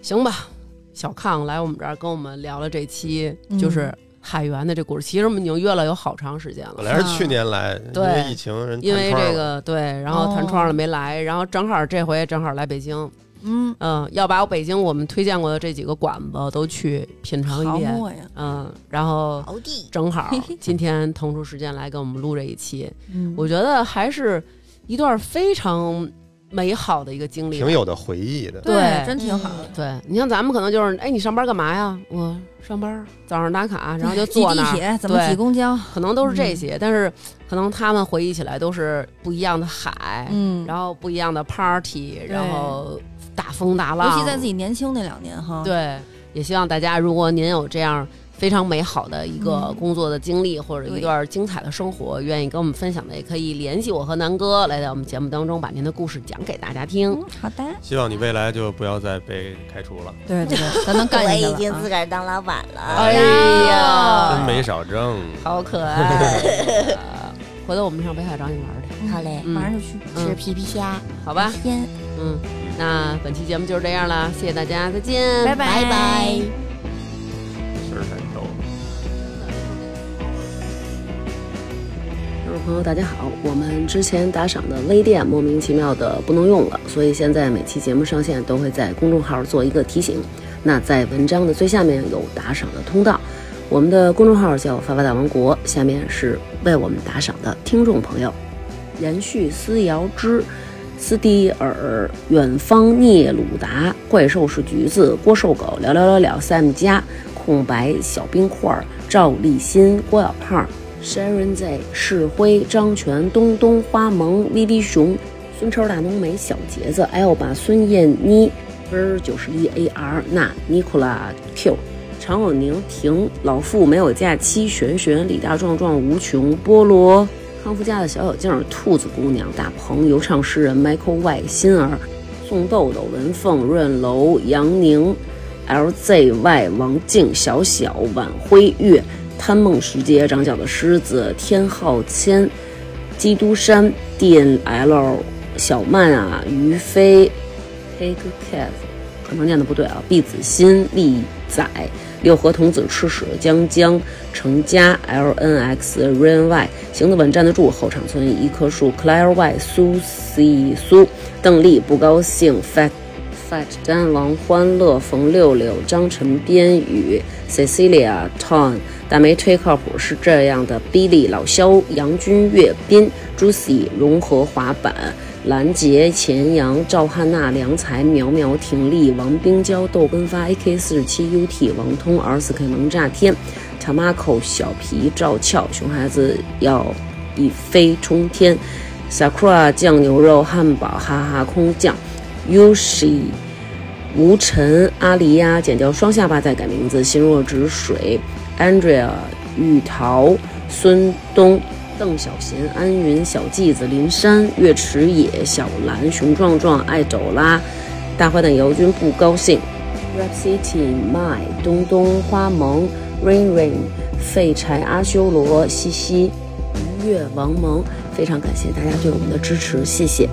D: 行吧。小康来我们这儿跟我们聊了这期就是海源的这故事，其实我们已经约了有好长时间
A: 本
D: 了。
A: 来是去年来，因
D: 啊对
A: 为疫情人
D: 因
A: 嗯弹
D: 为
A: 窗
D: 这
A: 了
D: 个对，然后弹窗了没来，然后正好这回正好来北京，
E: 嗯，
D: 嗯，要把我北京我们推荐过的这几个馆子都去品尝一
E: 好
D: 遍，
E: 磨呀，
D: 嗯，然后
B: 敖地
D: 正好今天腾出时间来跟我们录这一期，
E: 嗯
D: 我觉得还是一段非常美好的一个经历吧。
A: 挺有的回忆的。
E: 对
D: 对嗯
E: 真挺好的。
D: 对你像咱们可能就是，哎，你上班干嘛呀？我上班，早上打卡，然后就
E: 挤
D: 坐
E: 地
D: 那儿，
E: 铁嗯怎么
D: 对
E: 挤公交？
D: 可能都是这些，但是可能他们回忆起来都是不一样的海，
E: 嗯，
D: 哎然后不一样的 party，然后大风大浪，
E: 尤其在自己年轻那两年哈，，
D: 对，也希望大家，如果您有这样非常美好的一个
E: 嗯
D: 工作的经历，或者一
E: 对
D: 段精彩的生活，愿意跟我们分享的，也可以联系我和南哥来到我们节目当中，把您的故事讲给大家听。
E: 嗯，好的，
A: 希望你未来就不要再被开除了，
E: 对对对，咱能干
B: 我
E: 下去
B: 已
E: 了
B: 经
E: 啊
B: 自个儿当老板了。
E: 嗯
A: 哎
D: 呀
A: 真没少挣。
D: 好可爱！回头我们上北海找你玩儿去，
B: 好嘞，
D: 嗯
E: 马上就去。
B: 吃皮皮虾，
E: 啊
D: 好吧？
B: 天，
D: 嗯，那本期节目就是这样了，谢谢大家，再见，
E: 拜
B: 拜拜。
A: 事儿太多。
C: 听众朋友，大家好！我们之前打赏的微店莫名其妙的不能用了，所以现在每期节目上线都会在公众号做一个提醒。那在文章的最下面有打赏的通道，我们的公众号叫“发发大王国”，下面是为我们打赏的听众朋友。
D: 延续斯尧之、斯蒂尔、远方聂鲁达、怪兽是橘子、郭瘦狗、聊聊聊聊、Sam 家、空白、小冰块儿、赵立新、郭小胖、Sharon Z、世辉、张全、东东、花萌、V V 熊、孙超、大浓眉、小杰子、L 吧、孙燕妮、分九十一 AR、那、Nicola Q、常有宁、婷、老傅、没有假期、璇璇、李大壮壮、无穷、菠萝、康夫家的小小静儿、兔子姑娘、大鹏、游唱诗人 Michael Y、心儿、宋豆豆、文凤、润楼、杨宁、LZY、王静、小小、晚辉月、贪梦石阶、长角的狮子、天浩谦、基督山、DNL、小曼啊、于飞、Take Cat，可能念的不对啊，毕子欣、丽仔、六合童子、吃屎、江江、成家、LNX、Rain Y，行得稳站得住，后场村一棵树、Claire Y、苏西苏、邓丽不高兴、Fat Fat 詹王、欢乐、冯六六、张晨、边宇、Cecilia、Ton、大梅忒靠谱是这样的，Billy、老肖、杨军、岳斌、Juicy、融合滑板。兰杰、钱阳、赵汉娜、梁才、苗苗、婷丽、王冰娇、豆根发、AK 四十七、UT、王通、R 四 K 萌炸天、Tamako、小皮、赵俏、熊孩子要一飞冲天、Sakura 酱牛肉汉堡、哈哈空降、Yushi、吴晨、阿狸呀、剪掉双下巴再改名字、心若止水、Andrea、玉桃、孙东。邓小贤、安云、小季子、林珊、岳池野、小兰、熊壮壮、爱走啦、大坏蛋姚军不高兴、Rap City、My、东东、花萌、Rain Rain、废柴、阿修罗、西西、愉悦、王萌，非常感谢大家对我们的支持，谢谢。